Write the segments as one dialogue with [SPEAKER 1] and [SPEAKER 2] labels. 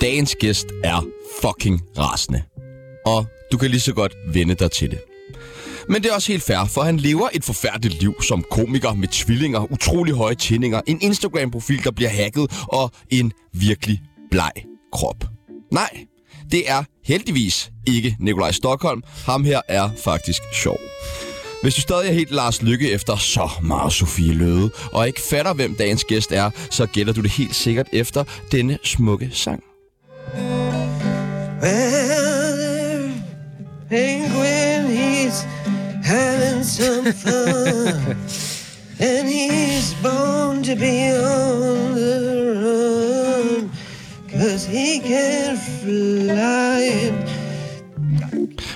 [SPEAKER 1] dagens gæst er fucking rasende. Og du kan lige så godt vende dig til det. Men det er også helt fair, for han lever et forfærdeligt liv som komiker med tvillinger, utrolig høje tændinger, en Instagram-profil, der bliver hacket og en virkelig bleg krop. Nej, det er heldigvis ikke Nikolaj Stockholm. Ham her er faktisk sjov. Hvis du stadig er helt Lars Lykke efter så meget Sofie Løde, og ikke fatter, hvem dagens gæst er, så gætter du det helt sikkert efter denne smukke sang.
[SPEAKER 2] Well, penguin, he's having some fun. and he's born to be on the run. Cause he can fly.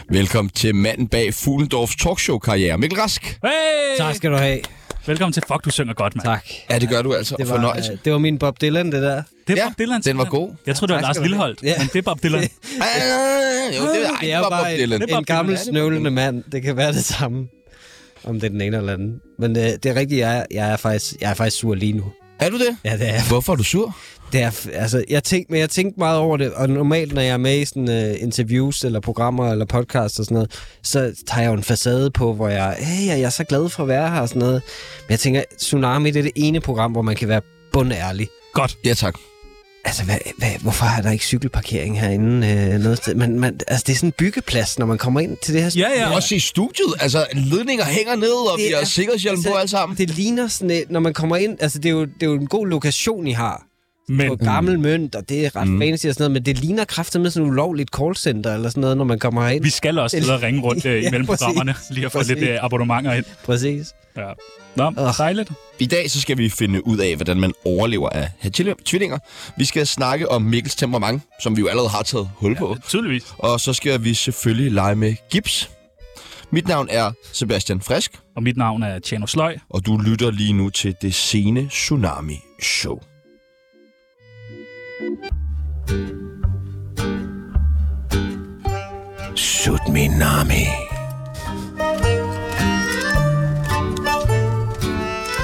[SPEAKER 1] Velkommen til manden bag Fuglendorfs talkshow-karriere, Mikkel Rask.
[SPEAKER 3] Hey!
[SPEAKER 4] Tak skal du have.
[SPEAKER 3] Velkommen til Fuck, du synger godt, mand.
[SPEAKER 4] Tak.
[SPEAKER 1] Ja, det gør du altså.
[SPEAKER 4] Det var,
[SPEAKER 1] Fornøjelse.
[SPEAKER 4] øh, det var min Bob Dylan, det der.
[SPEAKER 3] Det er
[SPEAKER 1] Ja,
[SPEAKER 3] Bob Dylan.
[SPEAKER 1] den var
[SPEAKER 3] simpelthen.
[SPEAKER 1] god.
[SPEAKER 3] Jeg tror det var
[SPEAKER 4] tak
[SPEAKER 3] Lars
[SPEAKER 4] skal du have.
[SPEAKER 3] Lilleholdt,
[SPEAKER 4] Ja.
[SPEAKER 3] men det er Bob Dylan.
[SPEAKER 1] Ah, jo, det, ej,
[SPEAKER 4] Det er jo
[SPEAKER 1] var Bob
[SPEAKER 4] bare
[SPEAKER 1] Dylan.
[SPEAKER 3] Det er
[SPEAKER 4] en,
[SPEAKER 3] Bob
[SPEAKER 4] en gammel
[SPEAKER 3] Dylan.
[SPEAKER 4] snøvlende mand. Det kan være det samme, om det er den ene eller anden. Men øh, det er rigtigt, jeg er, jeg, er faktisk, jeg er faktisk sur lige nu.
[SPEAKER 1] Er du det?
[SPEAKER 4] Ja, det er jeg.
[SPEAKER 1] Hvorfor er du sur?
[SPEAKER 4] det er, f- altså, jeg tænkte, men jeg tænkte meget over det, og normalt, når jeg er med i sådan, øh, interviews, eller programmer, eller podcasts og sådan noget, så tager jeg jo en facade på, hvor jeg, hey, jeg er så glad for at være her og sådan noget. Men jeg tænker, Tsunami, det er det ene program, hvor man kan være bundærlig.
[SPEAKER 3] Godt.
[SPEAKER 1] Ja, tak.
[SPEAKER 4] Altså, hvad, hvad, hvorfor er der ikke cykelparkering herinde øh, noget sted? Man, man, altså, det er sådan en byggeplads, når man kommer ind til det her
[SPEAKER 3] Ja, ja.
[SPEAKER 1] Ja. Også i studiet. Altså, ledninger hænger ned, og
[SPEAKER 4] Det
[SPEAKER 1] vi har
[SPEAKER 4] er- altså,
[SPEAKER 1] sikkerhedshjelm på alle sammen.
[SPEAKER 4] Det ligner sådan et, når man kommer ind, altså det er jo, det er jo en god lokation, I har.
[SPEAKER 3] Men
[SPEAKER 4] På gammel mønt, og det er ret mm. fancy og sådan noget, men det ligner kraften med sådan et ulovligt callcenter eller sådan noget, når man kommer herind.
[SPEAKER 3] vi skal også ud og ringe rundt øh,
[SPEAKER 4] Ja,
[SPEAKER 3] imellem
[SPEAKER 4] præcis.
[SPEAKER 3] programmerne, lige at få lidt
[SPEAKER 4] Præcis.
[SPEAKER 3] øh, abonnementer ind.
[SPEAKER 4] Præcis.
[SPEAKER 3] Ja. Nå,
[SPEAKER 4] Ugh.
[SPEAKER 3] dejligt.
[SPEAKER 1] I dag så skal vi finde ud af, hvordan man overlever at have tvilli- tvillinger. Vi skal snakke om Mikkels temperament, som vi jo allerede har taget hul på.
[SPEAKER 3] Tydeligvis.
[SPEAKER 1] Og så skal vi selvfølgelig lege med gips. Mit navn er Sebastian Frisk,
[SPEAKER 3] Og mit navn er Tjano Sløj.
[SPEAKER 1] og du lytter lige nu til det sene Tsunami Show.
[SPEAKER 2] Shoot me, Nami.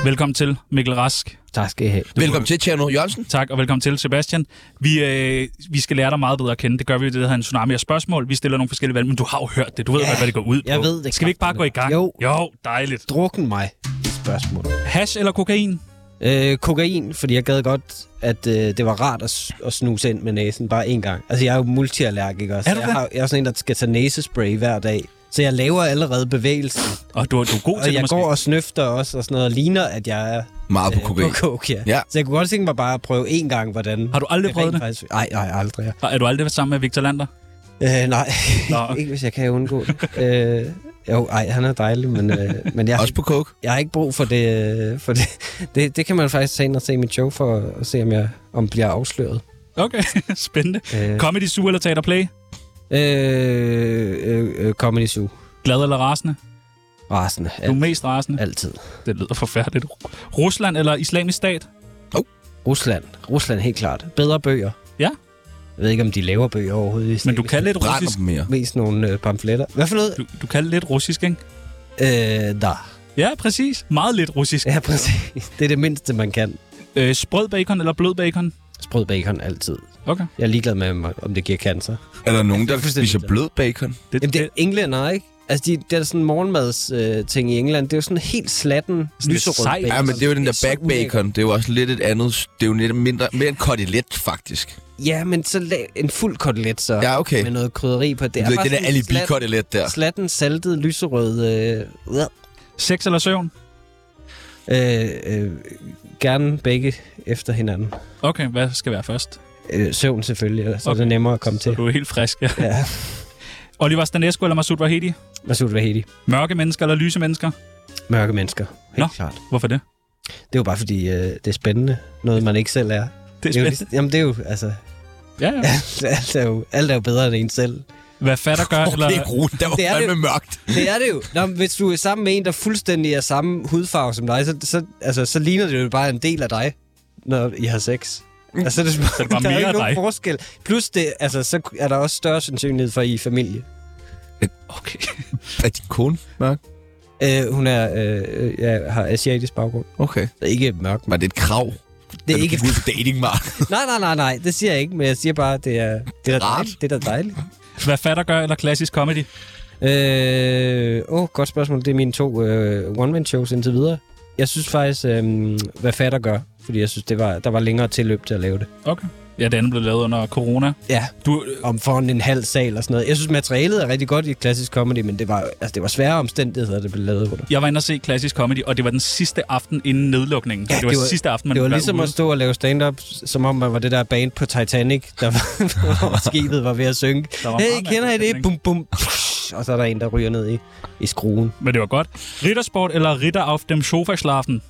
[SPEAKER 3] Velkommen til, Mikkel Rask.
[SPEAKER 4] Tak skal I have.
[SPEAKER 1] Velkommen til, Tjerno Jørgensen.
[SPEAKER 3] Tak, og velkommen til, Sebastian. Vi, øh, vi skal lære dig meget bedre at kende. Det gør vi ved det, der hedder en tsunami af spørgsmål. Vi stiller nogle forskellige valg, men du har jo hørt det. Du ved ja,
[SPEAKER 4] Ja,
[SPEAKER 3] godt, hvad det går ud
[SPEAKER 4] jeg
[SPEAKER 3] på.
[SPEAKER 4] ved det
[SPEAKER 3] Skal vi ikke bare gå i gang?
[SPEAKER 4] Jo.
[SPEAKER 3] Jo, dejligt.
[SPEAKER 4] Drukken mig. Spørgsmål.
[SPEAKER 3] Hash eller kokain?
[SPEAKER 4] Øh, kokain, fordi jeg gad godt, at øh, det var rart at, s- at snuse ind med næsen bare én gang. Altså, jeg er jo multiallergiker, også.
[SPEAKER 3] Er du
[SPEAKER 4] jeg,
[SPEAKER 3] det?
[SPEAKER 4] har, jeg er sådan en, der skal tage næsespray hver dag. Så jeg laver allerede bevægelsen,
[SPEAKER 3] Og du, du er god til
[SPEAKER 4] og
[SPEAKER 3] det
[SPEAKER 4] jeg
[SPEAKER 3] måske.
[SPEAKER 4] går og snøfter også og sådan noget, og ligner, at jeg er
[SPEAKER 1] Meget på
[SPEAKER 4] øh,
[SPEAKER 1] kokain.
[SPEAKER 4] på coke, ja.
[SPEAKER 1] Ja.
[SPEAKER 4] Så jeg kunne godt tænke mig bare at prøve én gang, hvordan...
[SPEAKER 3] Har du aldrig prøvet det?
[SPEAKER 4] Faktisk... Nej, nej, aldrig.
[SPEAKER 3] Og Er du aldrig været sammen med Victor Lander?
[SPEAKER 4] Øh, nej,
[SPEAKER 3] Nå.
[SPEAKER 4] ikke hvis jeg kan undgå det. øh, jo, ej, han er dejlig, men, øh, men jeg,
[SPEAKER 1] Også på coke.
[SPEAKER 4] jeg har ikke brug for det. øh, For det, det, det kan man faktisk tage ind og se mit show for, og se, om jeg om jeg bliver afsløret.
[SPEAKER 3] Okay, spændende.
[SPEAKER 4] Øh.
[SPEAKER 3] Comedy Zoo eller Teater Play?
[SPEAKER 4] Øh, øh, øh, Comedy Zoo.
[SPEAKER 3] Glad eller rasende?
[SPEAKER 4] Rasende.
[SPEAKER 3] Du er
[SPEAKER 4] Al-
[SPEAKER 3] mest rasende.
[SPEAKER 4] altid.
[SPEAKER 3] Det lyder forfærdeligt. Rusland eller islamisk stat?
[SPEAKER 4] Rusland. Rusland, helt klart. Bedre bøger.
[SPEAKER 3] Ja.
[SPEAKER 4] Jeg ved ikke, om de laver bøger overhovedet. i
[SPEAKER 3] Men du
[SPEAKER 4] stedet.
[SPEAKER 3] kan lidt
[SPEAKER 1] Brænder
[SPEAKER 3] russisk.
[SPEAKER 1] dem mere.
[SPEAKER 4] Mest nogle øh, pamfletter. Hvad for noget?
[SPEAKER 3] Du, du kan lidt russisk, ikke?
[SPEAKER 4] Øh, da.
[SPEAKER 3] Ja, præcis. Meget lidt russisk.
[SPEAKER 4] Ja, præcis. Det er det mindste, man kan.
[SPEAKER 3] Øh, sprød bacon eller blød bacon?
[SPEAKER 4] Sprød bacon altid.
[SPEAKER 3] Okay.
[SPEAKER 4] Jeg er ligeglad med, om det giver cancer.
[SPEAKER 1] Er der nogen, der
[SPEAKER 4] fuldstændig
[SPEAKER 1] spiser
[SPEAKER 4] glad.
[SPEAKER 1] blød bacon?
[SPEAKER 3] Det,
[SPEAKER 4] Jamen, det er englænder, ikke? Altså, de, der er sådan en morgenmadsting øh, ting i England. Det er jo sådan helt slatten,
[SPEAKER 3] lidt
[SPEAKER 4] lyserød
[SPEAKER 3] sej.
[SPEAKER 4] bacon.
[SPEAKER 1] Ja, men det er jo den der
[SPEAKER 4] så
[SPEAKER 1] back
[SPEAKER 4] ulækkert.
[SPEAKER 1] bacon. Det er jo også lidt et andet... Det er jo lidt mindre, mere en kotelet, faktisk.
[SPEAKER 4] Ja, men så lav en fuld kotelet, så.
[SPEAKER 1] Ja, okay.
[SPEAKER 4] Med noget krydderi på. Det,
[SPEAKER 1] Det er
[SPEAKER 4] bare
[SPEAKER 1] det der
[SPEAKER 4] sådan slat-
[SPEAKER 1] alibi-kotelet der.
[SPEAKER 4] Slatten, saltet, lyserød. Øh, øh,
[SPEAKER 3] Sex eller søvn?
[SPEAKER 4] øh, øh, gerne begge efter hinanden.
[SPEAKER 3] Okay, hvad skal være først?
[SPEAKER 4] Øh, søvn selvfølgelig, så okay.
[SPEAKER 3] Okay.
[SPEAKER 4] er det nemmere at komme til.
[SPEAKER 3] Du er helt frisk, ja.
[SPEAKER 4] Ja.
[SPEAKER 3] Oliver Stanescu eller Masoud Vahedi?
[SPEAKER 4] Masoud Vahedi.
[SPEAKER 3] Mørke mennesker eller lyse mennesker?
[SPEAKER 4] Mørke mennesker. Helt
[SPEAKER 3] Nå.
[SPEAKER 4] klart.
[SPEAKER 3] Hvorfor det?
[SPEAKER 4] Det er jo bare fordi, øh, det er spændende. Noget, man ikke selv er.
[SPEAKER 3] Det er
[SPEAKER 4] jo
[SPEAKER 3] spændende.
[SPEAKER 4] lige- jamen, det er jo, altså,
[SPEAKER 3] Ja, ja.
[SPEAKER 4] alt er jo, alt er jo bedre end en selv.
[SPEAKER 3] Hvad fatter gør,
[SPEAKER 1] Okay,
[SPEAKER 3] eller...
[SPEAKER 1] Rune, der var
[SPEAKER 4] Det er det-
[SPEAKER 1] fandme mørkt.
[SPEAKER 4] Det er det jo. Nå, men hvis du er sammen med en, der fuldstændig er samme hudfarve som dig, så, så, altså, så ligner det jo bare en del af dig, når I har sex. Altså, så er det, så
[SPEAKER 3] er det bare
[SPEAKER 4] der er
[SPEAKER 3] mere
[SPEAKER 4] ikke
[SPEAKER 3] af
[SPEAKER 4] nogen
[SPEAKER 3] dig.
[SPEAKER 4] forskel. Plus, det, altså, så er der også større sandsynlighed for, at I er familie.
[SPEAKER 3] Okay.
[SPEAKER 1] Er din kone mørk?
[SPEAKER 4] Øh, hun er, øh, øh, ja, har asiatisk baggrund.
[SPEAKER 1] Okay.
[SPEAKER 4] Så ikke mørk, men
[SPEAKER 1] Var det et krav?
[SPEAKER 4] Det er ikke...
[SPEAKER 1] Gud for datingmark.
[SPEAKER 4] Nej, nej, nej, nej. Det siger jeg ikke, men jeg siger bare, at det er, det er da
[SPEAKER 1] Rart.
[SPEAKER 4] dejligt. Det er da dejligt.
[SPEAKER 3] Hvad fatter gør eller klassisk comedy?
[SPEAKER 4] Øh, åh, godt spørgsmål. Det er mine to øh, one-man-shows indtil videre. Jeg synes faktisk, øh, hvad fatter gør, fordi jeg synes, det var, der var længere tilløb til at lave det.
[SPEAKER 3] Okay. Ja, det andet blev lavet under corona.
[SPEAKER 4] Ja,
[SPEAKER 3] Du,
[SPEAKER 4] om foran en halv sal og sådan noget. Jeg synes, materialet er rigtig godt i klassisk comedy, men det var, altså, det var svære omstændigheder, det blev lavet under.
[SPEAKER 3] jeg var inde og se klassisk comedy, og det var den sidste aften inden nedlukningen. Ja, det, var det var sidste aften, man
[SPEAKER 4] det var
[SPEAKER 3] kunne være
[SPEAKER 4] ligesom
[SPEAKER 3] ude.
[SPEAKER 4] at stå og lave stand-up, som om man var det der band på Titanic, der var, hvor skibet var ved at synke.
[SPEAKER 3] Der var
[SPEAKER 4] Hey,
[SPEAKER 3] meget
[SPEAKER 4] kender I det? Bum,
[SPEAKER 3] mærkelig
[SPEAKER 4] bum. Og så er der en, der ryger ned i, i skruen.
[SPEAKER 3] Men det var godt. Rittersport eller Ritter auf dem Sofaschlafen?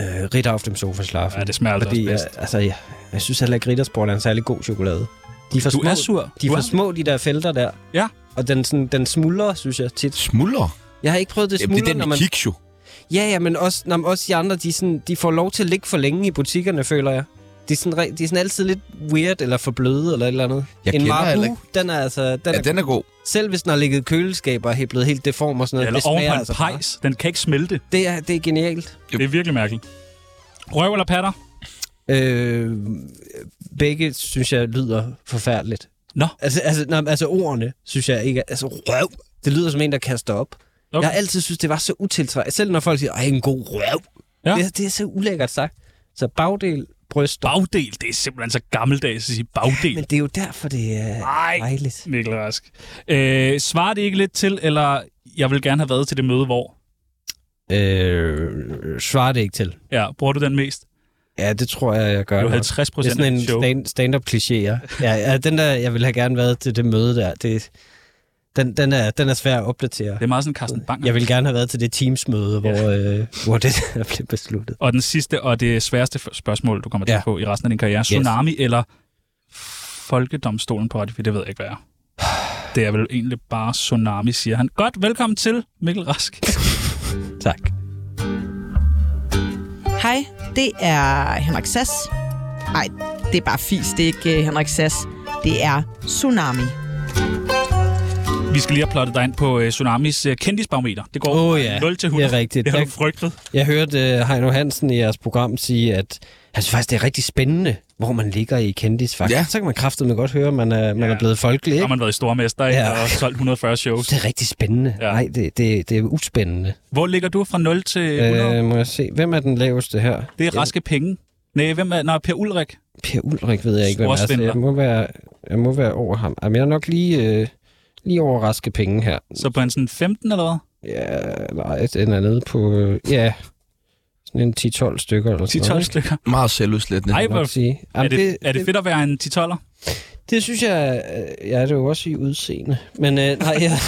[SPEAKER 4] Øh, Ritter auf dem sofa schlafen.
[SPEAKER 3] Ja, det smager altså
[SPEAKER 4] Fordi,
[SPEAKER 3] også
[SPEAKER 4] jeg,
[SPEAKER 3] bedst.
[SPEAKER 4] altså, jeg, jeg synes heller ikke, Rittersport er en særlig god chokolade. De er for
[SPEAKER 3] Du
[SPEAKER 4] øh, små,
[SPEAKER 3] er sur.
[SPEAKER 4] De er
[SPEAKER 3] Du
[SPEAKER 4] for
[SPEAKER 3] er-
[SPEAKER 4] små, de der felter der.
[SPEAKER 3] Ja.
[SPEAKER 4] Og den, sådan, den smuldrer, synes jeg tit.
[SPEAKER 1] Smuldrer?
[SPEAKER 4] Jeg har ikke prøvet det
[SPEAKER 1] Jamen,
[SPEAKER 4] smuldrer,
[SPEAKER 1] det er den
[SPEAKER 4] når
[SPEAKER 1] med
[SPEAKER 4] man...
[SPEAKER 1] kiks jo.
[SPEAKER 4] Ja, ja, men også, når, også de andre, de, er sådan, de får lov til at ligge for længe i butikkerne, føler jeg. De er, sådan, re- de er sådan altid lidt weird eller for bløde eller et eller andet.
[SPEAKER 1] Jeg
[SPEAKER 4] en
[SPEAKER 1] kender heller
[SPEAKER 4] Marabu,
[SPEAKER 1] ikke-
[SPEAKER 4] den er altså... Den
[SPEAKER 1] Ja,
[SPEAKER 4] er,
[SPEAKER 1] den er god.
[SPEAKER 4] Selv hvis den har ligget i køleskaber og er blevet helt deform og sådan noget.
[SPEAKER 3] Eller
[SPEAKER 4] det
[SPEAKER 3] oven
[SPEAKER 4] smager
[SPEAKER 3] på en
[SPEAKER 4] altså bare.
[SPEAKER 3] pejs. Den kan ikke smelte.
[SPEAKER 4] Det er, det er genialt.
[SPEAKER 1] Jo.
[SPEAKER 3] Det er virkelig mærkeligt. Røv eller patter?
[SPEAKER 4] Øh, begge synes jeg lyder forfærdeligt.
[SPEAKER 3] Nå.
[SPEAKER 4] Altså, altså, nej, altså ordene synes jeg ikke... er- Altså røv. Det lyder som en, der kaster op. Okay.
[SPEAKER 3] Okay.
[SPEAKER 4] Jeg har altid synes, det var så utiltrækkeligt. Selv når folk siger, ej, en god røv.
[SPEAKER 3] Ja.
[SPEAKER 4] Ja. Det, det er så ulækkert sagt. Så bagdel, bryst,
[SPEAKER 3] Bagdel, det er simpelthen så gammeldags at sige bagdel.
[SPEAKER 4] Men det er jo derfor, det er
[SPEAKER 3] Ej.
[SPEAKER 4] dejligt.
[SPEAKER 3] Mikkel Rask. Øh, svarer det ikke lidt til, eller jeg vil gerne have været til det møde, hvor?
[SPEAKER 4] Øh, svarer det ikke til.
[SPEAKER 3] Ja, bruger du den mest?
[SPEAKER 4] Ja, det tror jeg, jeg gør.
[SPEAKER 3] Det er jo
[SPEAKER 4] nok.
[SPEAKER 3] 50
[SPEAKER 4] det er
[SPEAKER 3] procent af
[SPEAKER 4] sådan en
[SPEAKER 3] dit show.
[SPEAKER 4] stand, stand-up kliché, ja. ja. ja. den der, jeg ville have gerne været til det møde der, det, den, den, er, den er svær at opdatere.
[SPEAKER 3] Det er meget sådan Carsten Bang.
[SPEAKER 4] Jeg ville gerne have været til det Teams-møde, hvor, øh, hvor det der blev besluttet.
[SPEAKER 3] Og den sidste og det sværeste f- spørgsmål, du kommer til
[SPEAKER 4] Ja.
[SPEAKER 3] at få i resten af din karriere. Tsunami eller Folkedomstolen på Radio 4? Det ved jeg ikke, hvad er. Det er vel egentlig bare Tsunami, siger han. Godt, velkommen til, Mikkel Rask.
[SPEAKER 4] Tak.
[SPEAKER 5] Hej, det er Henrik Sass. Nej, det er bare fis, det er ikke øh, Henrik Sass. Det er Tsunami.
[SPEAKER 3] Vi skal lige have plottet dig ind på uh, Tsunamis uh, kendisbarometer. Det går
[SPEAKER 4] Åh,
[SPEAKER 3] fra
[SPEAKER 4] ja.
[SPEAKER 3] 0 til 100.
[SPEAKER 4] Det er rigtigt.
[SPEAKER 3] Det har du
[SPEAKER 4] Jeg-
[SPEAKER 3] frygtet.
[SPEAKER 4] Jeg hørte uh, Heino Hansen i jeres program sige, at han synes faktisk, det er rigtig spændende, hvor man ligger i kendis, faktisk.
[SPEAKER 1] Ja.
[SPEAKER 4] Ja. Så kan man kraftedeme godt høre, at man er, man
[SPEAKER 3] Ja.
[SPEAKER 4] er blevet folkelig,
[SPEAKER 3] Har
[SPEAKER 4] ikke?
[SPEAKER 3] man været i stormester ikke?
[SPEAKER 4] Ja.
[SPEAKER 3] og solgt 140 shows.
[SPEAKER 4] Det er rigtig spændende.
[SPEAKER 3] Ja.
[SPEAKER 4] Ja. Nej, det, det, det er uspændende.
[SPEAKER 3] Hvor ligger du fra 0 til 100? Øh,
[SPEAKER 4] Øh, må jeg se, hvem er den laveste her?
[SPEAKER 3] det er raske penge. Nej, hvem er... Nå, Per Ulrik.
[SPEAKER 4] Per Ulrik ved jeg ikke, hvem er, så
[SPEAKER 3] Storsvindler.
[SPEAKER 4] jeg må være, jeg må være over ham. Jamen, jeg er nok lige, øh, lige over raske penge her.
[SPEAKER 3] Så på en sådan 15 eller hvad?
[SPEAKER 4] Ja, nej, den er nede på, øh, ja, sådan en 10-12 stykker eller sådan
[SPEAKER 3] 10-12
[SPEAKER 4] noget.
[SPEAKER 3] stykker.
[SPEAKER 1] Meget selvudslættende.
[SPEAKER 3] Ej,
[SPEAKER 4] Må
[SPEAKER 3] hvor...
[SPEAKER 4] jeg sige.
[SPEAKER 3] Er
[SPEAKER 4] Jamen,
[SPEAKER 3] det, er det fedt at være en 10-12'er?
[SPEAKER 4] Det synes jeg, øh, ja, det er jo også i udseende. Men øh, nej, jeg,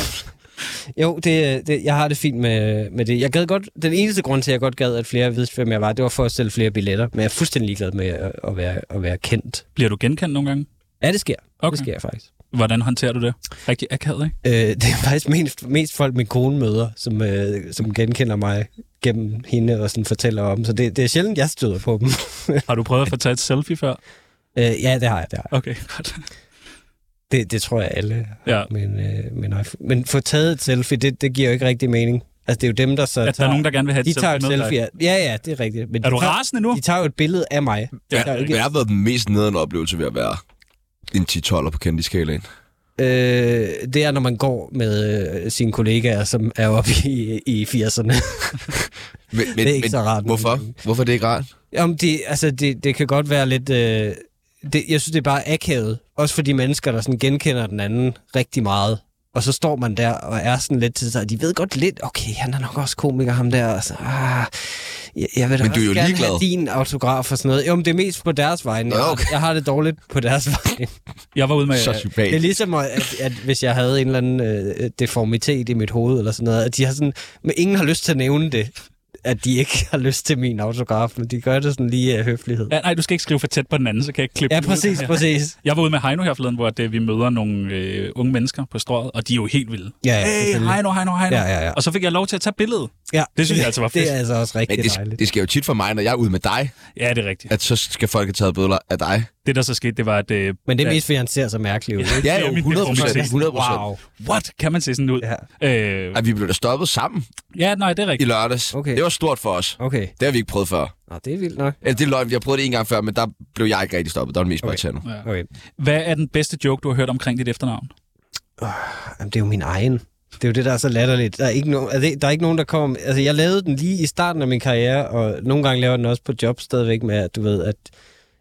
[SPEAKER 4] jo, det, det, jeg har det fint med, med det. Jeg gad godt, den eneste grund til, at jeg godt gad, at flere vidste, hvem jeg var, det var for at sælge flere billetter. Men jeg er fuldstændig ligeglad med at, at, være, at være kendt.
[SPEAKER 3] Bliver du genkendt nogle gange?
[SPEAKER 4] Ja, det sker. Okay.
[SPEAKER 3] Okay.
[SPEAKER 4] Det sker faktisk.
[SPEAKER 3] Hvordan håndterer du det? Rigtig akavet, ikke?
[SPEAKER 4] Øh, det er faktisk mest, mest folk, min kone møder, som, øh, som genkender mig gennem hende og sådan fortæller om. Så det, det er sjældent, jeg støder på dem.
[SPEAKER 3] Har du prøvet at få taget et selfie før?
[SPEAKER 4] øh, ja, det har jeg, det har jeg.
[SPEAKER 3] Okay, godt.
[SPEAKER 4] Det, det tror jeg alle
[SPEAKER 3] Ja.
[SPEAKER 4] Men, øh, men, nej, men få taget et selfie, det, det giver jo ikke rigtig mening. Altså, det er jo dem, der så
[SPEAKER 3] At der er nogen, der gerne vil have et
[SPEAKER 4] de tager et
[SPEAKER 3] selfie med dig.
[SPEAKER 4] selfie. af- Ja, ja, det er rigtigt. Men
[SPEAKER 3] Er
[SPEAKER 4] de
[SPEAKER 3] du
[SPEAKER 4] tager-
[SPEAKER 3] rasende nu?
[SPEAKER 4] De tager jo et billede af mig.
[SPEAKER 3] Ja,
[SPEAKER 4] Ja, der er jo
[SPEAKER 1] Hvad
[SPEAKER 4] ikke,
[SPEAKER 1] har været den mest nederen oplevelse ved at være en 10-12'er på kendtiskalaen?
[SPEAKER 4] øh, det er, når man går med øh, sine kollegaer, som er oppe i, i 80'erne.
[SPEAKER 1] Men, men,
[SPEAKER 4] Det er ikke så rart.
[SPEAKER 1] Hvorfor? Hvorfor er det ikke rart?
[SPEAKER 4] Om det, altså, det, det kan godt være lidt... Øh, det, jeg synes, det er bare akavet. Også for de mennesker, der sådan genkender den anden rigtig meget. Og så står man der og er sådan lidt til sig. De ved godt lidt, okay, han er nok også komiker, ham der. Og så, ah, jeg, jeg vil da
[SPEAKER 1] Men du er
[SPEAKER 4] også
[SPEAKER 1] jo
[SPEAKER 4] gerne
[SPEAKER 1] ligeglad.
[SPEAKER 4] have din autograf og sådan noget. Jo, men det er mest på deres vegne.
[SPEAKER 1] Nå,
[SPEAKER 4] Jeg,
[SPEAKER 1] okay.
[SPEAKER 4] jeg har det dårligt på deres vegne.
[SPEAKER 3] Jeg var ude med...
[SPEAKER 1] Så
[SPEAKER 4] Det er
[SPEAKER 1] sympatisk.
[SPEAKER 4] ligesom, at, at hvis jeg havde en eller anden øh, deformitet i mit hoved, eller sådan noget, at de har sådan, men ingen har lyst til at nævne det, at de ikke har lyst til min autograf, men de gør det sådan lige af høflighed.
[SPEAKER 3] Ja, nej, du skal ikke skrive for tæt på den anden, så kan jeg ikke klippe
[SPEAKER 4] Ja,
[SPEAKER 3] den ud.
[SPEAKER 4] præcis, præcis.
[SPEAKER 3] Jeg var ude med Heino her forleden, hvor det, vi møder nogle øh, unge mennesker på strået, og de er jo helt vilde.
[SPEAKER 4] Ja, ja,
[SPEAKER 3] hey,
[SPEAKER 4] selvfølgelig.
[SPEAKER 3] Heino, Heino, Heino.
[SPEAKER 4] Ja, ja, ja.
[SPEAKER 3] Og så fik jeg lov til at tage billedet.
[SPEAKER 4] Ja.
[SPEAKER 3] Det synes jeg altså var fedt.
[SPEAKER 4] Det er altså også
[SPEAKER 1] Men
[SPEAKER 4] rigtig det,
[SPEAKER 1] det,
[SPEAKER 4] dejligt.
[SPEAKER 1] det sker jo tit for mig, når jeg er ude med dig,
[SPEAKER 3] Ja, det er rigtigt.
[SPEAKER 1] at så skal folk have taget bødler af dig.
[SPEAKER 3] Det, der så skete, det var, at... Øh,
[SPEAKER 4] Men det er
[SPEAKER 3] at-
[SPEAKER 4] mest, fordi han ser så mærkelig ud. ikke?
[SPEAKER 1] Ja,
[SPEAKER 3] er
[SPEAKER 1] jo,
[SPEAKER 3] mit
[SPEAKER 1] 100 procent.
[SPEAKER 3] præcis.
[SPEAKER 1] 100 procent.
[SPEAKER 4] Wow.
[SPEAKER 3] What? Kan man se sådan ud? Ja, øh,
[SPEAKER 1] At vi blev da stoppet sammen
[SPEAKER 3] ja nej, det er
[SPEAKER 1] i
[SPEAKER 3] rigtigt.
[SPEAKER 1] lørdags.
[SPEAKER 4] Okay.
[SPEAKER 1] Det var stort for os.
[SPEAKER 4] Okay.
[SPEAKER 1] Det har vi ikke prøvet før.
[SPEAKER 4] Nå, det er vildt nok.
[SPEAKER 1] Eller det er løgn, vi har prøvet det en gang før, men der blev jeg ikke rigtig stoppet. Der var det mest okay. irriterende.
[SPEAKER 4] Okay.
[SPEAKER 3] Hvad er den bedste joke, du har hørt omkring dit efternavn?
[SPEAKER 4] Jamen, det er jo min egen. Det er jo det, der er så latterligt. Der er ikke, no- altså, der er ikke nogen, der kommer... med- Altså, jeg lavede den lige i starten af min karriere, og nogle gange laver jeg den også på job stadigvæk med, at du ved, at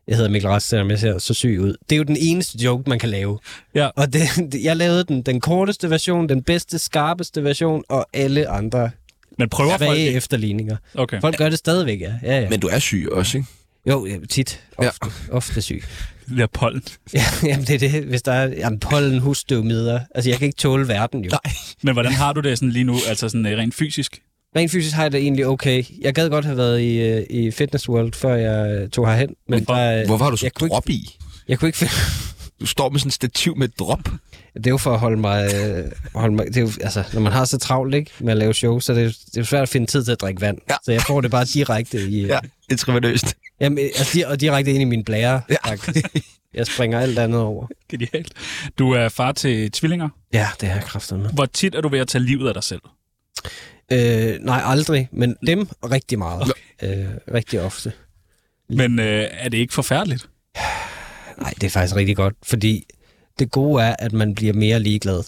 [SPEAKER 4] jeg hedder Mikkel Rast, selvom jeg ser så syg ud. Det er jo den eneste joke, man kan lave.
[SPEAKER 3] Ja.
[SPEAKER 4] Og det, det- jeg lavede den, den korteste version, den bedste, skarpeste version, og alle andre
[SPEAKER 3] Men prøver folk
[SPEAKER 4] svage
[SPEAKER 3] ikke?
[SPEAKER 4] efterligninger.
[SPEAKER 3] Okay.
[SPEAKER 4] Folk gør det stadigvæk, ja. ja, ja.
[SPEAKER 1] Men du er syg også, ikke?
[SPEAKER 4] Jo, ja, tit.
[SPEAKER 1] Ja.
[SPEAKER 4] Ofte, ja. ofte syg.
[SPEAKER 3] Det er pollen.
[SPEAKER 4] Ja, jamen, det er det. Hvis der er jamen, pollen, husstøvmider. Altså, jeg kan ikke tåle verden, jo.
[SPEAKER 3] Men hvordan har du det sådan lige nu, altså sådan øh, rent fysisk?
[SPEAKER 4] Rent fysisk har jeg det egentlig okay. Jeg gad godt have været i, øh, i Fitness World, før jeg øh, tog herhen. Men
[SPEAKER 3] Hvorfor?
[SPEAKER 4] Der, øh,
[SPEAKER 1] Hvorfor har du så
[SPEAKER 4] jeg kunne ikke-
[SPEAKER 1] drop i?
[SPEAKER 4] jeg kunne ikke finde...
[SPEAKER 1] Du står med sådan et stativ med et drop.
[SPEAKER 4] Det er jo for at holde mig... Øh, holde mig det er jo, altså, når man har så travlt ikke, med at lave show, så er det, jo- det er jo svært at finde tid til at drikke vand.
[SPEAKER 1] Ja.
[SPEAKER 4] Så jeg får det bare direkte i... Ja.
[SPEAKER 1] intravenøst.
[SPEAKER 4] Jamen, øh, altså, di- og direkte ind i min blære. Ja. Jeg springer alt andet over.
[SPEAKER 3] Genialt. Du er far til tvillinger.
[SPEAKER 4] Ja, det har jeg kræftet med.
[SPEAKER 3] Hvor tit er du ved at tage livet af dig selv?
[SPEAKER 4] Øh, nej, aldrig, men dem rigtig meget. Øh, rigtig ofte.
[SPEAKER 3] Men øh, er det ikke forfærdeligt?
[SPEAKER 4] Nej, det er faktisk rigtig godt, fordi det gode er, at man bliver mere ligeglad.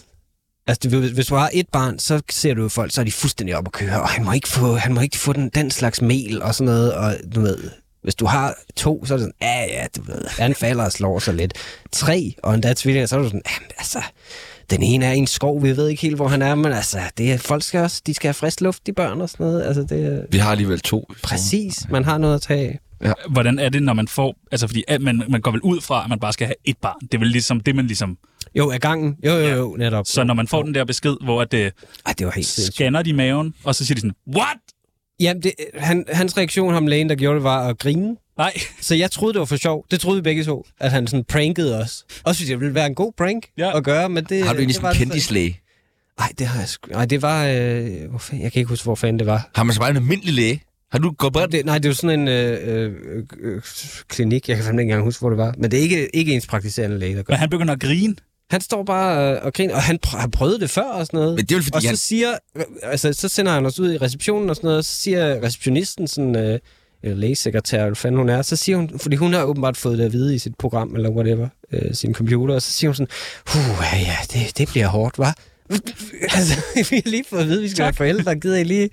[SPEAKER 4] Altså, du ved, hvis du har et barn, så ser du jo folk, så er de fuldstændig op at køre, og han må ikke få, han må ikke få den, den slags mel og sådan noget, og du ved, hvis du har to, så er det sådan, ja, ja, du ved, han falder og slår sig lidt. Tre, og endda tvillinger, så er du sådan, jamen, altså, den ene er i en skov, vi ved ikke helt, hvor han er, men altså, det er, folk skal også, de skal have frisk luft, de børn og sådan noget, altså, det er
[SPEAKER 1] Vi har alligevel to.
[SPEAKER 4] præcis, man har noget at tage af.
[SPEAKER 3] Hvordan er det, når man får... Altså, fordi at man, man går vel ud fra, at man bare skal have et barn. Det er vel ligesom det, man ligesom...
[SPEAKER 4] Jo, af gangen, jo, jo, jo, netop.
[SPEAKER 3] Så når man får den der besked, hvor at, øh,
[SPEAKER 4] Ej, det var helt sindssygt.
[SPEAKER 3] scanner de maven, og så siger de sådan, what?
[SPEAKER 4] Jamen, det, han, hans reaktion, ham lægen, der gjorde det, var at grine.
[SPEAKER 3] Nej,
[SPEAKER 4] Så jeg troede, det var for sjov. Det troede vi begge to, at han sådan prankede os. Også synes jeg, det ville være en god prank
[SPEAKER 3] Ja.
[SPEAKER 4] ja. at gøre, men det...
[SPEAKER 1] Har du egentlig sådan en kendislæge?
[SPEAKER 4] Nej, det har jeg sgu... Ej, det var... Øh, hvor fanden, jeg kan ikke huske, hvor fanden det var.
[SPEAKER 1] Har man så bare en almindelig læge? Har du gået på det?
[SPEAKER 4] Det, nej, det var sådan en øh, øh, øh, klinik. Jeg kan fandme ikke engang huske, hvor det var. Men det er ikke, ikke ens praktiserende læge, der gør
[SPEAKER 3] men han begynder at grine.
[SPEAKER 4] Han står bare øh, og griner, og han, pr- han prøvede det før og sådan noget.
[SPEAKER 1] Men det er vel, fordi
[SPEAKER 4] og så
[SPEAKER 1] han-
[SPEAKER 4] siger, altså, så sender han os ud i receptionen og sådan noget, og så siger receptionisten sådan, øh, eller lægesekretær, eller hvad fanden hun er, så siger hun, fordi hun har åbenbart fået det at vide i sit program, eller whatever, øh, sin computer, og så siger hun sådan, huh, ja, ja, det, det bliver hårdt, hva? altså, vi har lige fået at vide, at vi skal være forældre, gider I lige?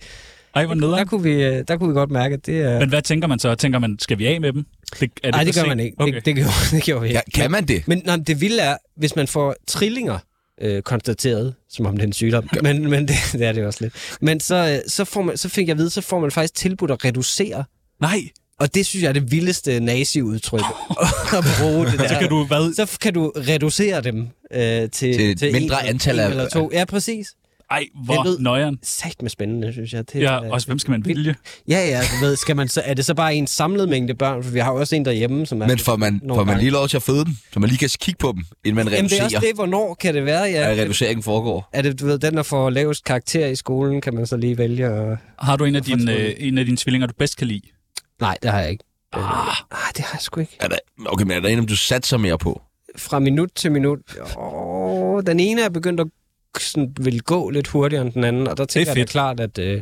[SPEAKER 3] Ej, hvor
[SPEAKER 4] Der
[SPEAKER 3] nederen.
[SPEAKER 4] kunne, vi, øh, der kunne vi godt mærke, at det er...
[SPEAKER 3] Men hvad tænker man så? Tænker man, skal vi af med dem? Det, er
[SPEAKER 4] Nej, det gør
[SPEAKER 3] for sent?
[SPEAKER 4] man ikke.
[SPEAKER 3] Okay.
[SPEAKER 4] Det, det, gjorde, det gjorde vi ikke.
[SPEAKER 1] Ja, kan man det?
[SPEAKER 4] Men nej, men det vilde er, hvis man får trillinger øh, konstateret, som om det er en sygdom, men, men det, det er det også lidt. Men så, øh, så, får man, så fik jeg at vide, så får man faktisk tilbudt at reducere.
[SPEAKER 3] Nej,
[SPEAKER 4] Og det synes jeg er det vildeste nazi-udtryk at bruge det der.
[SPEAKER 3] så kan du hvad?
[SPEAKER 4] så f- kan du reducere dem øh, til,
[SPEAKER 1] et mindre
[SPEAKER 4] eller-
[SPEAKER 1] antal af-
[SPEAKER 4] eller to. Ja, præcis.
[SPEAKER 3] Ej,
[SPEAKER 4] Det
[SPEAKER 3] hvor
[SPEAKER 4] lød-
[SPEAKER 3] nøjeren.
[SPEAKER 4] Sagt med spændende, synes jeg. Det,
[SPEAKER 3] Ja,
[SPEAKER 4] er-
[SPEAKER 3] også hvem skal man vælge?
[SPEAKER 4] ja, ja, du ved, skal man så, er det så bare en samlet mængde børn? For vi har jo også en derhjemme, som er...
[SPEAKER 1] Men får man,
[SPEAKER 4] nogle
[SPEAKER 1] får man
[SPEAKER 4] gange.
[SPEAKER 1] lige lov til at føde dem, så man lige kan kigge på dem, inden man
[SPEAKER 4] Jamen, det er
[SPEAKER 1] reducerer,
[SPEAKER 4] også det, hvornår kan det være, ja.
[SPEAKER 1] at reduceringen foregår?
[SPEAKER 4] Er det, du ved, den, der får lavest karakter i skolen, kan man så lige vælge at...
[SPEAKER 3] Har du en af,
[SPEAKER 4] Hvorfor
[SPEAKER 3] dine,
[SPEAKER 4] tror
[SPEAKER 3] øh,
[SPEAKER 4] du
[SPEAKER 3] en af dine tvillinger, du bedst kan lide?
[SPEAKER 4] Nej, det har jeg ikke. Ah, øh, ah det har jeg sgu ikke.
[SPEAKER 1] Er der, okay, men er der en, om du satser mere på?
[SPEAKER 4] Fra minut til minut. Åh, den ene er begyndt at sådan, vil gå lidt hurtigere end den anden, og der tænker jeg da
[SPEAKER 3] fedt.
[SPEAKER 4] klart, at... Øh,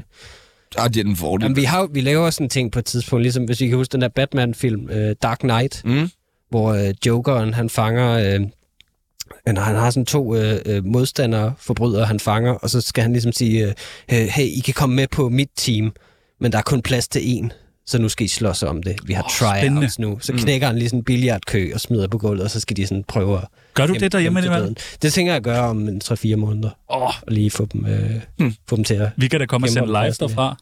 [SPEAKER 1] Ah, det er den fordel.
[SPEAKER 4] jamen, vi, har, jo- vi laver sådan en ting på et tidspunkt, ligesom hvis I kan huske den der Batman-film, øh, Dark Knight,
[SPEAKER 1] Mm.
[SPEAKER 4] hvor øh, Jokeren, han fanger... Øh, han har han har sådan to øh, øh, modstandere, forbrydere, han fanger, og så skal han ligesom sige, øh, øh, hey, I kan komme med på mit team, men der er kun plads til en, så nu skal I slås om det. Vi har
[SPEAKER 3] Åh,
[SPEAKER 4] oh,
[SPEAKER 3] spændende. Mm.
[SPEAKER 4] tryouts nu. Så knækker han lige sådan en billardkø og smider på gulvet, og så skal de sådan prøve at...
[SPEAKER 3] Gør du
[SPEAKER 4] kæmpe
[SPEAKER 3] det derhjemme,
[SPEAKER 4] dem til
[SPEAKER 3] Nicolai?
[SPEAKER 4] døden. Det tænker jeg at gøre om en 3-4 måneder,
[SPEAKER 3] Åh, oh,
[SPEAKER 4] og lige få dem, øh,
[SPEAKER 3] Mm.
[SPEAKER 4] hmm. få dem til at...
[SPEAKER 3] vi kan da komme og
[SPEAKER 4] Kæmper
[SPEAKER 3] sende live
[SPEAKER 4] pladsen, ja.
[SPEAKER 3] derfra.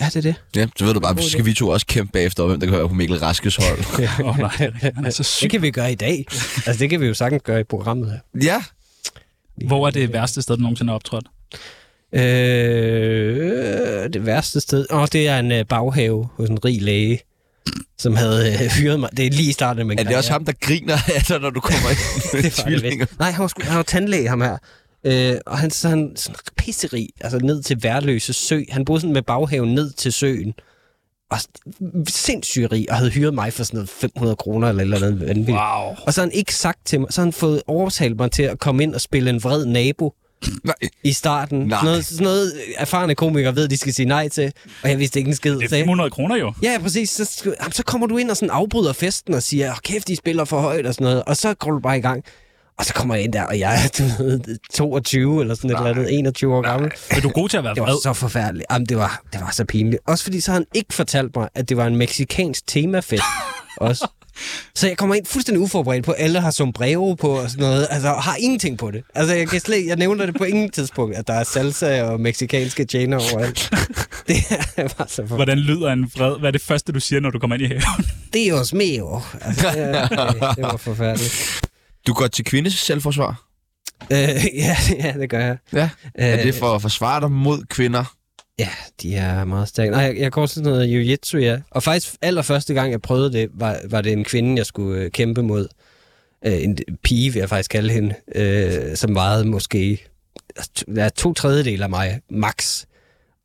[SPEAKER 4] Ja, det er det.
[SPEAKER 1] Ja, så ved du bare, så skal vi to også kæmpe bagefter, om, hvem der kan høre på Mikkel Raskes hold.
[SPEAKER 3] Åh oh, nej, han er så syg.
[SPEAKER 4] Det kan vi gøre i dag. altså, det kan vi jo sagtens gøre i programmet her.
[SPEAKER 1] ja,
[SPEAKER 3] Hvor er det værste sted, du nogensinde har optrådt?
[SPEAKER 4] Øh, det værste sted... Åh, det er en øh, baghave hos en rig læge, som havde øh, hyret mig. Det er lige i starten af min
[SPEAKER 1] er det også ham, der griner af dig, når du kommer ind med
[SPEAKER 4] det var det
[SPEAKER 1] tvillinger?
[SPEAKER 4] bedste. Nej, han var, sgu, han var tandlæge, ham her. Øh, og han, så han sådan pisseri, altså ned til værløse sø. Han boede sådan med baghaven ned til søen. Og s- sindssygt rig, og havde hyret mig for sådan noget 500 kroner eller et eller andet vanvittigt.
[SPEAKER 3] Wow.
[SPEAKER 4] Og så har han ikke sagt til mig, så har han fået overtalt mig til at komme ind og spille en vred nabo
[SPEAKER 1] Nej,
[SPEAKER 4] i starten.
[SPEAKER 1] Nej.
[SPEAKER 4] Sådan noget, sådan noget øh, erfarne komikere ved, de skal sige nej til, og jeg vidste ikke en skid.
[SPEAKER 3] Det er
[SPEAKER 4] Så jeg-
[SPEAKER 3] 500 kroner jo.
[SPEAKER 4] Ja, ja, præcis. Så, sku- jamen, så kommer du ind og sådan afbryder festen og siger, oh, kæft, de spiller for højt og sådan noget. Og så går du bare i gang. Og så kommer jeg ind der, og jeg er du ved, 22 eller sådan et eller andet, 21 år gammel.
[SPEAKER 3] Men du er god til at være
[SPEAKER 4] Det
[SPEAKER 3] vred.
[SPEAKER 4] var så forfærdeligt. Jamen, det var, det var så pinligt. Også fordi så har han ikke fortalt mig, at det var en meksikansk temafest også. Så jeg kommer ind fuldstændig uforberedt på, alle har sombrero på og sådan noget, altså har ingenting på det. Altså jeg, kan slet, jeg nævner det på ingen tidspunkt, at der er salsa og meksikanske tjener overalt. Det er bare så for...
[SPEAKER 3] Hvordan lyder en vred? Hvad er det første, du siger, når du kommer ind i haven?
[SPEAKER 4] Dios mio. Altså, det, er- det var forfærdeligt.
[SPEAKER 1] du går til kvindes selvforsvar.
[SPEAKER 4] Øh, ja, ja, det gør jeg.
[SPEAKER 1] Ja. Er
[SPEAKER 4] Øh,
[SPEAKER 1] det for at forsvare dig mod kvinder?
[SPEAKER 4] Ja, de er meget stærke. Nej, jeg, jeg går til sådan noget jiu-jitsu, ja. Og faktisk allerførste gang, jeg prøvede det, var, var det en kvinde, jeg skulle øh, kæmpe mod. Øh, en pige, vil jeg faktisk kalde hende, øh, som vejede måske altså, ja, to tredjedel af mig, max.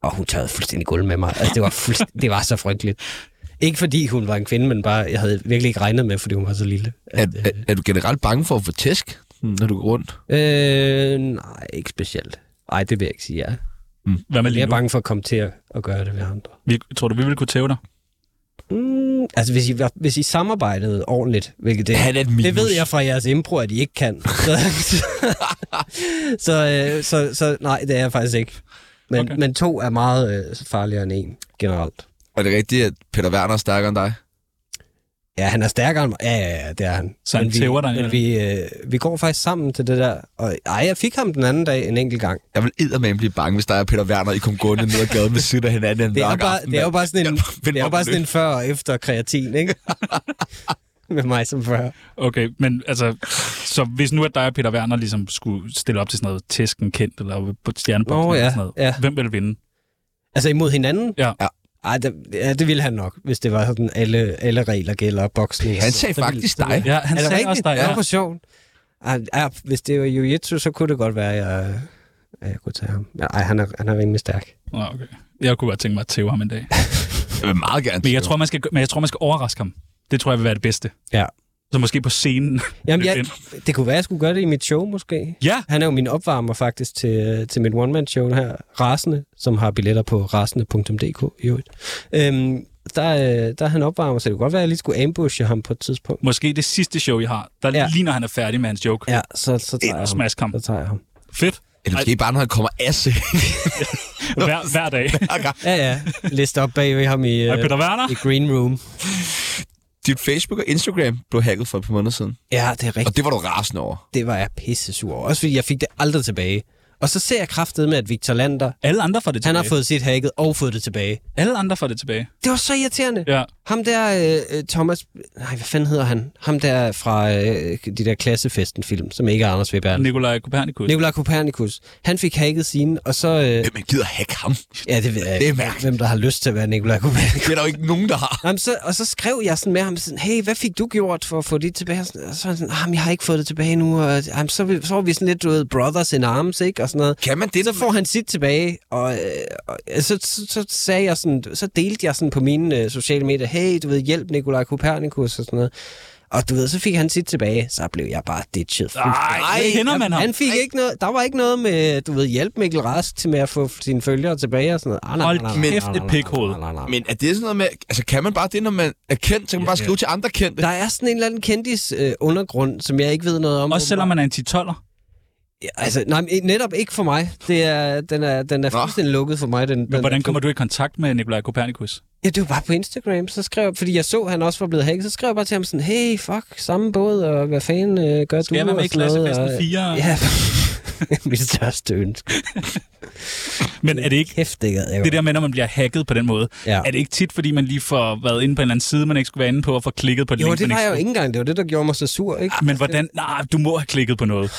[SPEAKER 4] Og hun tørrede fuldstændig guld med mig. Altså, det var, fuldst- det var så frygteligt. Ikke fordi hun var en kvinde, men bare, jeg havde virkelig ikke regnet med, fordi hun var så lille.
[SPEAKER 1] Er, er, er du generelt bange for at få tæsk, når du går rundt?
[SPEAKER 4] Øh, nej, ikke specielt. Nej, det vil jeg ikke sige, ja.
[SPEAKER 3] Hvad
[SPEAKER 4] Jeg
[SPEAKER 3] med lige
[SPEAKER 4] er
[SPEAKER 3] nu?
[SPEAKER 4] bange for at komme til at, at gøre det ved andre.
[SPEAKER 3] Vi, tror du, vi ville kunne tæve dig?
[SPEAKER 4] Mm, altså, hvis I, var- hvis I samarbejdede ordentligt, hvilket det,
[SPEAKER 1] Ja, det er et minus.
[SPEAKER 4] det ved jeg fra jeres impro, at I ikke kan. Så, så, øh, så, så nej, det er jeg faktisk ikke. Men,
[SPEAKER 3] Okay.
[SPEAKER 4] okay. men to er meget øh, farligere end en, generelt.
[SPEAKER 1] Er det rigtigt, at Peter Werner er stærkere end dig?
[SPEAKER 4] Ja, han er stærkere end mig. Ja, ja, ja, det er han.
[SPEAKER 3] Så han
[SPEAKER 4] Men vi,
[SPEAKER 3] tæver dig,
[SPEAKER 4] Men vi, øh, vi går faktisk sammen til det der. Og, ej, jeg fik ham den anden dag en enkelt gang.
[SPEAKER 1] Jeg vil eddermame blive bange, hvis der er Peter Werner, I kom gående ned ad gaden ved siden af hinanden en
[SPEAKER 4] Det er,
[SPEAKER 1] mørk
[SPEAKER 4] bare,
[SPEAKER 1] aften,
[SPEAKER 4] det er jo
[SPEAKER 1] mand.
[SPEAKER 4] bare sådan en,
[SPEAKER 1] Jeg
[SPEAKER 4] det er jo
[SPEAKER 1] op
[SPEAKER 4] bare
[SPEAKER 1] og
[SPEAKER 4] sådan en før og efter kreatin, ikke? Med mig som før.
[SPEAKER 3] Okay, men altså... Så hvis nu, at dig og Peter Werner ligesom skulle stille op til sådan noget tæsken kendt, eller på stjerneboksen,
[SPEAKER 4] Nå, ja,
[SPEAKER 3] eller sådan noget,
[SPEAKER 4] ja.
[SPEAKER 3] hvem ville vinde?
[SPEAKER 4] Altså imod hinanden?
[SPEAKER 3] Ja.
[SPEAKER 1] Ja.
[SPEAKER 4] Ej, det, ja, det ville han nok, hvis det var sådan, alle, alle regler gælder og boksning. og
[SPEAKER 1] Han
[SPEAKER 4] sådan.
[SPEAKER 1] sagde
[SPEAKER 4] Så ville-
[SPEAKER 1] faktisk
[SPEAKER 4] så ville-
[SPEAKER 1] dig.
[SPEAKER 3] Ja, han
[SPEAKER 4] Er det
[SPEAKER 3] sagde
[SPEAKER 4] rigtigt?
[SPEAKER 3] også dig, ja.
[SPEAKER 4] Ja, for sjovt. Ej, ja, hvis det var jiu-jitsu, så kunne det godt være, at jeg, at jeg kunne tage ham. Men Ej, han er, han er rimelig stærk.
[SPEAKER 3] Nå, okay. Jeg kunne godt tænke mig at tæve ham en dag.
[SPEAKER 1] Jeg vil meget gerne.
[SPEAKER 3] Men jeg tror, man skal, men jeg tror, man skal overraske ham. Det tror jeg vil være det bedste.
[SPEAKER 4] Ja.
[SPEAKER 3] Så måske på scenen.
[SPEAKER 4] Jamen,
[SPEAKER 3] Løb
[SPEAKER 4] jeg, det kunne være, at jeg skulle gøre det i mit show, måske.
[SPEAKER 3] Ja,
[SPEAKER 4] Han er jo min opvarmer faktisk til, til mit one-man-show her, Rasende, som har billetter på rasende.dk i øvrigt. Øhm, der, øh, der er han opvarmer, så det kunne godt være, at jeg lige skulle ambushe ham på et tidspunkt.
[SPEAKER 3] måske det sidste show, I har, der ja.
[SPEAKER 4] Ja.
[SPEAKER 3] ligner han er færdig med hans joke. Ja.
[SPEAKER 4] Ja, så, så tager jeg ham.
[SPEAKER 3] Smask ham.
[SPEAKER 4] Så tager jeg ham.
[SPEAKER 3] Fedt.
[SPEAKER 1] Eller måske bare, når han kommer af sig.
[SPEAKER 3] Hver, hver dag.
[SPEAKER 4] Ja, ja. List op bag ved ham i,
[SPEAKER 3] Og
[SPEAKER 4] øh,
[SPEAKER 3] Peter Werner?
[SPEAKER 4] i Green Room.
[SPEAKER 1] Dit Facebook og Instagram blev hacket for et par måneder siden.
[SPEAKER 4] Ja, det er
[SPEAKER 1] Og
[SPEAKER 4] rigtigt.
[SPEAKER 1] det var du rasende over.
[SPEAKER 4] Det var jeg pisse sur over. Også fordi jeg fik det aldrig tilbage. Og så ser jeg kraftet med, at Victor Lander,
[SPEAKER 3] Alle andre får det tilbage.
[SPEAKER 4] han har fået sit hacket og fået det tilbage.
[SPEAKER 3] Alle andre får det tilbage.
[SPEAKER 4] Det var så irriterende.
[SPEAKER 3] Ja.
[SPEAKER 4] Ham der, øh, øh, Thomas... Nej, hvad fanden hedder han? Ham der fra øh, de der Klassefesten-film, som ikke er Anders V. Bertel.
[SPEAKER 3] Nikolaj Kopernikus.
[SPEAKER 4] Nikolaj Kopernikus. Han fik hacket sine, og så... Øh,
[SPEAKER 1] Hvem man gider hacke ham?
[SPEAKER 4] ja, det ved jeg
[SPEAKER 1] Det er
[SPEAKER 4] ikke,
[SPEAKER 1] mærkeligt.
[SPEAKER 4] hvem der har lyst til at være Nikolaj Kopernikus.
[SPEAKER 1] Det er der jo ikke nogen, der har.
[SPEAKER 4] Jamen, så, og så skrev jeg sådan med ham, sådan, hey, hvad fik du gjort for at få det tilbage? Og sådan- Og så var han sådan, jamen, jeg har ikke fået det tilbage nu. Og, jamen, så, vi- så var vi sådan lidt, du ved, brothers in arms, ikke? Og sådan noget.
[SPEAKER 1] Kan man det?
[SPEAKER 4] Så får han sit tilbage, og, øh, og så, så, så, sagde jeg sådan, så delte jeg sådan på mine øh, sociale medier, hey, du ved, hjælp Nikolaj Kopernikus og sådan noget. Og du ved, så fik han sit tilbage, så blev jeg bare ditchet.
[SPEAKER 3] Nej, det hænder man ham.
[SPEAKER 4] Han fik ikke noget, der var ikke noget med, du ved, hjælp Mikkel Rask til med at få sine følgere tilbage og sådan noget. Ah, nej,
[SPEAKER 3] Hold
[SPEAKER 4] nej, nej, nej,
[SPEAKER 3] kæft,
[SPEAKER 4] nej,
[SPEAKER 3] et
[SPEAKER 4] nej,
[SPEAKER 3] pikhoved.
[SPEAKER 4] nej, nej, nej, nej.
[SPEAKER 1] Men er det sådan noget med... Altså, kan man bare det, når man er kendt? Så kan man bare skrive til andre kendte?
[SPEAKER 4] Der er sådan en eller anden kendis øh, undergrund, som jeg ikke ved noget om.
[SPEAKER 3] Også selvom man er en 10
[SPEAKER 4] Ja, Altså, nej, men netop ikke for mig. Det er, den er, den er
[SPEAKER 1] Nå.
[SPEAKER 4] fuldstændig lukket for mig. Den,
[SPEAKER 3] Men
[SPEAKER 4] den
[SPEAKER 3] hvordan kommer du i kontakt med Nikolaj Kopernikus?
[SPEAKER 4] Ja, det var bare på Instagram. Så skrev jeg, fordi jeg så, at han også var blevet hacket, så skrev jeg bare til ham sådan, hey, fuck, samme båd, og hvad fanden øh, gør
[SPEAKER 3] Skal
[SPEAKER 4] du?
[SPEAKER 3] jeg være med
[SPEAKER 4] og
[SPEAKER 3] i
[SPEAKER 4] sådan noget,
[SPEAKER 3] klassefesten
[SPEAKER 4] og-
[SPEAKER 3] 4?
[SPEAKER 4] Ja, mit største ønske.
[SPEAKER 3] Men er det ikke
[SPEAKER 4] Kæft, det gad jeg
[SPEAKER 3] det
[SPEAKER 4] godt.
[SPEAKER 3] der med, når man bliver hacket på den måde?
[SPEAKER 4] Ja.
[SPEAKER 3] Er det ikke tit, fordi man lige får været inde på en eller anden side, man ikke skulle være inde på, og får klikket på et
[SPEAKER 4] Jo,
[SPEAKER 3] link,
[SPEAKER 4] det
[SPEAKER 3] man
[SPEAKER 4] var
[SPEAKER 3] ikke
[SPEAKER 4] jeg jo ikke engang. Det var det, der gjorde mig så sur, ikke?
[SPEAKER 3] Ah, Men hvordan? Nej, du må have klikket på noget.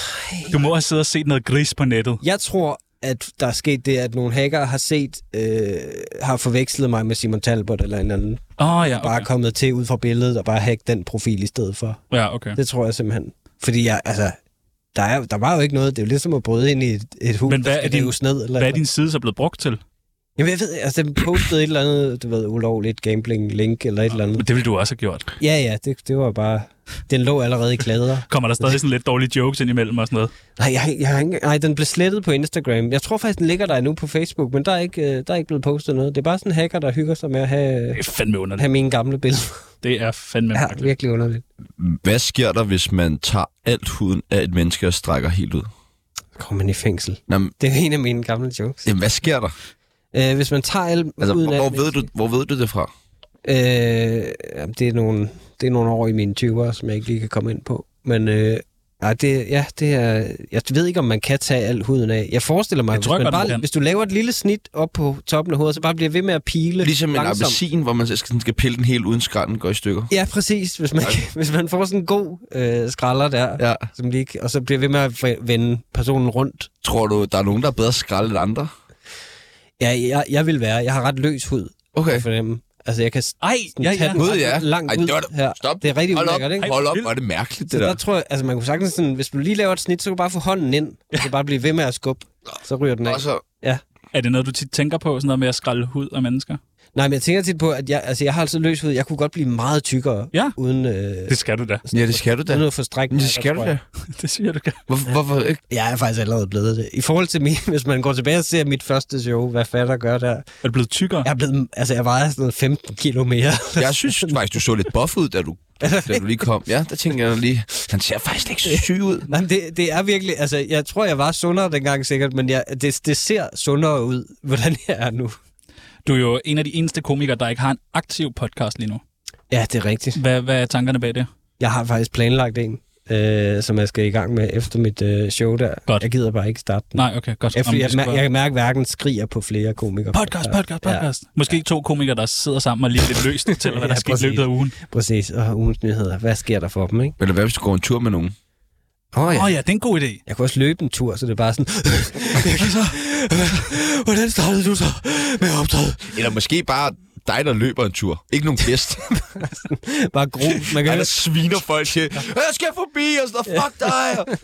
[SPEAKER 3] Du må have siddet og set noget gris på nettet.
[SPEAKER 4] Jeg tror, at der er sket det, at nogle hackere har set, øh, har forvekslet mig med Simon Talbot eller en anden.
[SPEAKER 3] Åh oh, ja,
[SPEAKER 4] bare
[SPEAKER 3] okay.
[SPEAKER 4] kommet til ud fra billedet og bare hack den profil i stedet for.
[SPEAKER 3] Ja, okay.
[SPEAKER 4] Det tror jeg simpelthen. Fordi jeg, altså, der, er, der var jo ikke noget. Det er jo ligesom at bryde ind i et, et hus,
[SPEAKER 3] Men hvad
[SPEAKER 4] der
[SPEAKER 3] er
[SPEAKER 4] skal
[SPEAKER 3] din-
[SPEAKER 4] rives ned. Eller
[SPEAKER 3] Hvad er din side så blevet brugt til?
[SPEAKER 4] Jamen, jeg ved, altså, den postede et eller andet, du ved, ulovligt gambling-link eller et eller andet.
[SPEAKER 3] Men det ville du også have gjort.
[SPEAKER 4] Ja, ja, det, det var bare... Den lå allerede i klæder.
[SPEAKER 3] Kommer der stadig sådan lidt dårlige jokes indimellem og sådan noget?
[SPEAKER 4] Nej, jeg, jeg, har ikke- nej, den blev slettet på Instagram. Jeg tror faktisk, den ligger der endnu på Facebook, men der er ikke, øh, der er ikke blevet postet noget. Det er bare sådan en hacker, der hygger sig med at have,
[SPEAKER 3] Det er fandme underligt.
[SPEAKER 4] have mine gamle billeder.
[SPEAKER 3] Det er fandme
[SPEAKER 4] Ja,
[SPEAKER 3] mærkeligt.
[SPEAKER 4] virkelig underligt.
[SPEAKER 1] Hvad sker der, hvis man tager alt huden af et menneske og strækker helt ud?
[SPEAKER 4] Så kommer man i fængsel.
[SPEAKER 1] Jamen,
[SPEAKER 4] Det er en af mine gamle jokes.
[SPEAKER 1] jamen hvad sker der?
[SPEAKER 4] Øh, hvis man tager alle
[SPEAKER 1] Altså,
[SPEAKER 4] uden
[SPEAKER 1] hvor,
[SPEAKER 4] alt
[SPEAKER 1] hvor, ved
[SPEAKER 4] menneske-
[SPEAKER 1] du, hvor ved du det fra?
[SPEAKER 4] Øh, jamen, det, er nogle, det er nogle år i mine 20'er, som jeg ikke lige kan komme ind på. Men øh, nej, det, ja, det er, jeg ved ikke, om man kan tage al huden af. Jeg forestiller mig,
[SPEAKER 3] Jeg
[SPEAKER 4] hvis,
[SPEAKER 3] tror ikke,
[SPEAKER 4] man
[SPEAKER 3] man
[SPEAKER 4] bare,
[SPEAKER 3] kan.
[SPEAKER 4] hvis du laver et lille snit op på toppen af hovedet, så bare bliver ved med at pile
[SPEAKER 1] Ligesom en
[SPEAKER 4] langsomt.
[SPEAKER 1] appelsin, hvor man så skal, skal pille den helt uden skrællen går i stykker.
[SPEAKER 4] Ja, præcis. Hvis man, hvis man får sådan en god øh, skralder der, ja.
[SPEAKER 1] Ja.
[SPEAKER 4] som lige, og så bliver ved med at v- vende personen rundt.
[SPEAKER 1] Tror du, der er nogen, der er bedre skrald end andre?
[SPEAKER 4] Ja, jeg, jeg vil være. Jeg har ret løs hud
[SPEAKER 1] Okay.
[SPEAKER 4] for dem. Altså, jeg kan s-
[SPEAKER 3] Ej,
[SPEAKER 4] sådan
[SPEAKER 3] ja, ja.
[SPEAKER 4] tage den
[SPEAKER 1] Gud,
[SPEAKER 4] ret
[SPEAKER 1] ja.
[SPEAKER 4] langt
[SPEAKER 1] Ej,
[SPEAKER 4] ud
[SPEAKER 1] det var da-
[SPEAKER 4] her.
[SPEAKER 1] Stop.
[SPEAKER 4] Det er rigtig
[SPEAKER 1] Hold op.
[SPEAKER 4] ulækkert, ikke?
[SPEAKER 1] Hold op, hvor er det mærkeligt,
[SPEAKER 4] Så
[SPEAKER 1] det der.
[SPEAKER 4] der. der tror jeg, altså man kunne sagtens sådan, hvis du lige laver et snit, så kan du bare få hånden ind, og så bare blive ved med at skubbe. Så ryger den af.
[SPEAKER 1] Og så,
[SPEAKER 3] Er det noget, du tit tænker på, sådan noget med at skralde hud af mennesker?
[SPEAKER 4] Nej, men jeg tænker tit på, at jeg, altså, jeg har altså løs hud. Jeg kunne godt blive meget tykkere,
[SPEAKER 3] Ja.
[SPEAKER 4] uden, øh,
[SPEAKER 3] Det skal du da.
[SPEAKER 1] ja, det skal du da.
[SPEAKER 4] uden at få stræk.
[SPEAKER 1] Men det skal du da.
[SPEAKER 3] Det siger du da.
[SPEAKER 1] Hvor- Hvorfor ikke?
[SPEAKER 4] Jeg er faktisk allerede blevet det. I forhold til min, hvis man går tilbage og ser mit første show, hvad fatter gør der,
[SPEAKER 3] Er du blevet tykkere?
[SPEAKER 4] Jeg er blevet, altså jeg vejer sådan noget 15 kilo mere.
[SPEAKER 1] Jeg synes faktisk, du så lidt buff ud, da du, da du lige kom. Ja, der tænker jeg lige, han ser faktisk ikke så syg ud.
[SPEAKER 4] Nej, men det, det er virkelig, altså jeg tror, jeg var sundere dengang sikkert, men jeg, det, det ser sundere ud, hvordan jeg er nu.
[SPEAKER 3] Du er jo en af de eneste komikere, der ikke har en aktiv podcast lige nu.
[SPEAKER 4] Ja, det er rigtigt.
[SPEAKER 3] Hvad, hvad er tankerne bag det?
[SPEAKER 4] Jeg har faktisk planlagt en, øh, som jeg skal i gang med efter mit øh, show der.
[SPEAKER 3] Godt.
[SPEAKER 4] Jeg gider bare ikke starte den.
[SPEAKER 3] Nej, okay, godt.
[SPEAKER 4] Jeg, fordi
[SPEAKER 3] Jamen,
[SPEAKER 4] jeg,
[SPEAKER 3] det skal
[SPEAKER 4] jeg,
[SPEAKER 3] være-
[SPEAKER 4] jeg kan mærke, at hverken skriger på flere komikere.
[SPEAKER 3] Podcast, podcast, podcast. Ja. Måske to komikere, der sidder sammen og lige lidt løst fortæller, hvad der
[SPEAKER 4] Ja,
[SPEAKER 3] er sket i
[SPEAKER 4] præcis.
[SPEAKER 3] løbet af ugen.
[SPEAKER 4] Ja, præcis. Og ugens nyheder. Hvad sker der for dem, ikke?
[SPEAKER 1] Eller hvad, hvis du går en tur med nogen?
[SPEAKER 4] Åh oh,
[SPEAKER 3] Åh oh, ja, det er en god idé.
[SPEAKER 4] Jeg kunne også løbe en tur, så det er bare sådan... så, hvordan startede du så med optræde?
[SPEAKER 1] Eller måske bare dig, der løber en tur. Ikke nogen gæst.
[SPEAKER 4] Bare grus. Man kan
[SPEAKER 1] Dig, der sviner folk til, jeg skal forbi, og så fuck dig.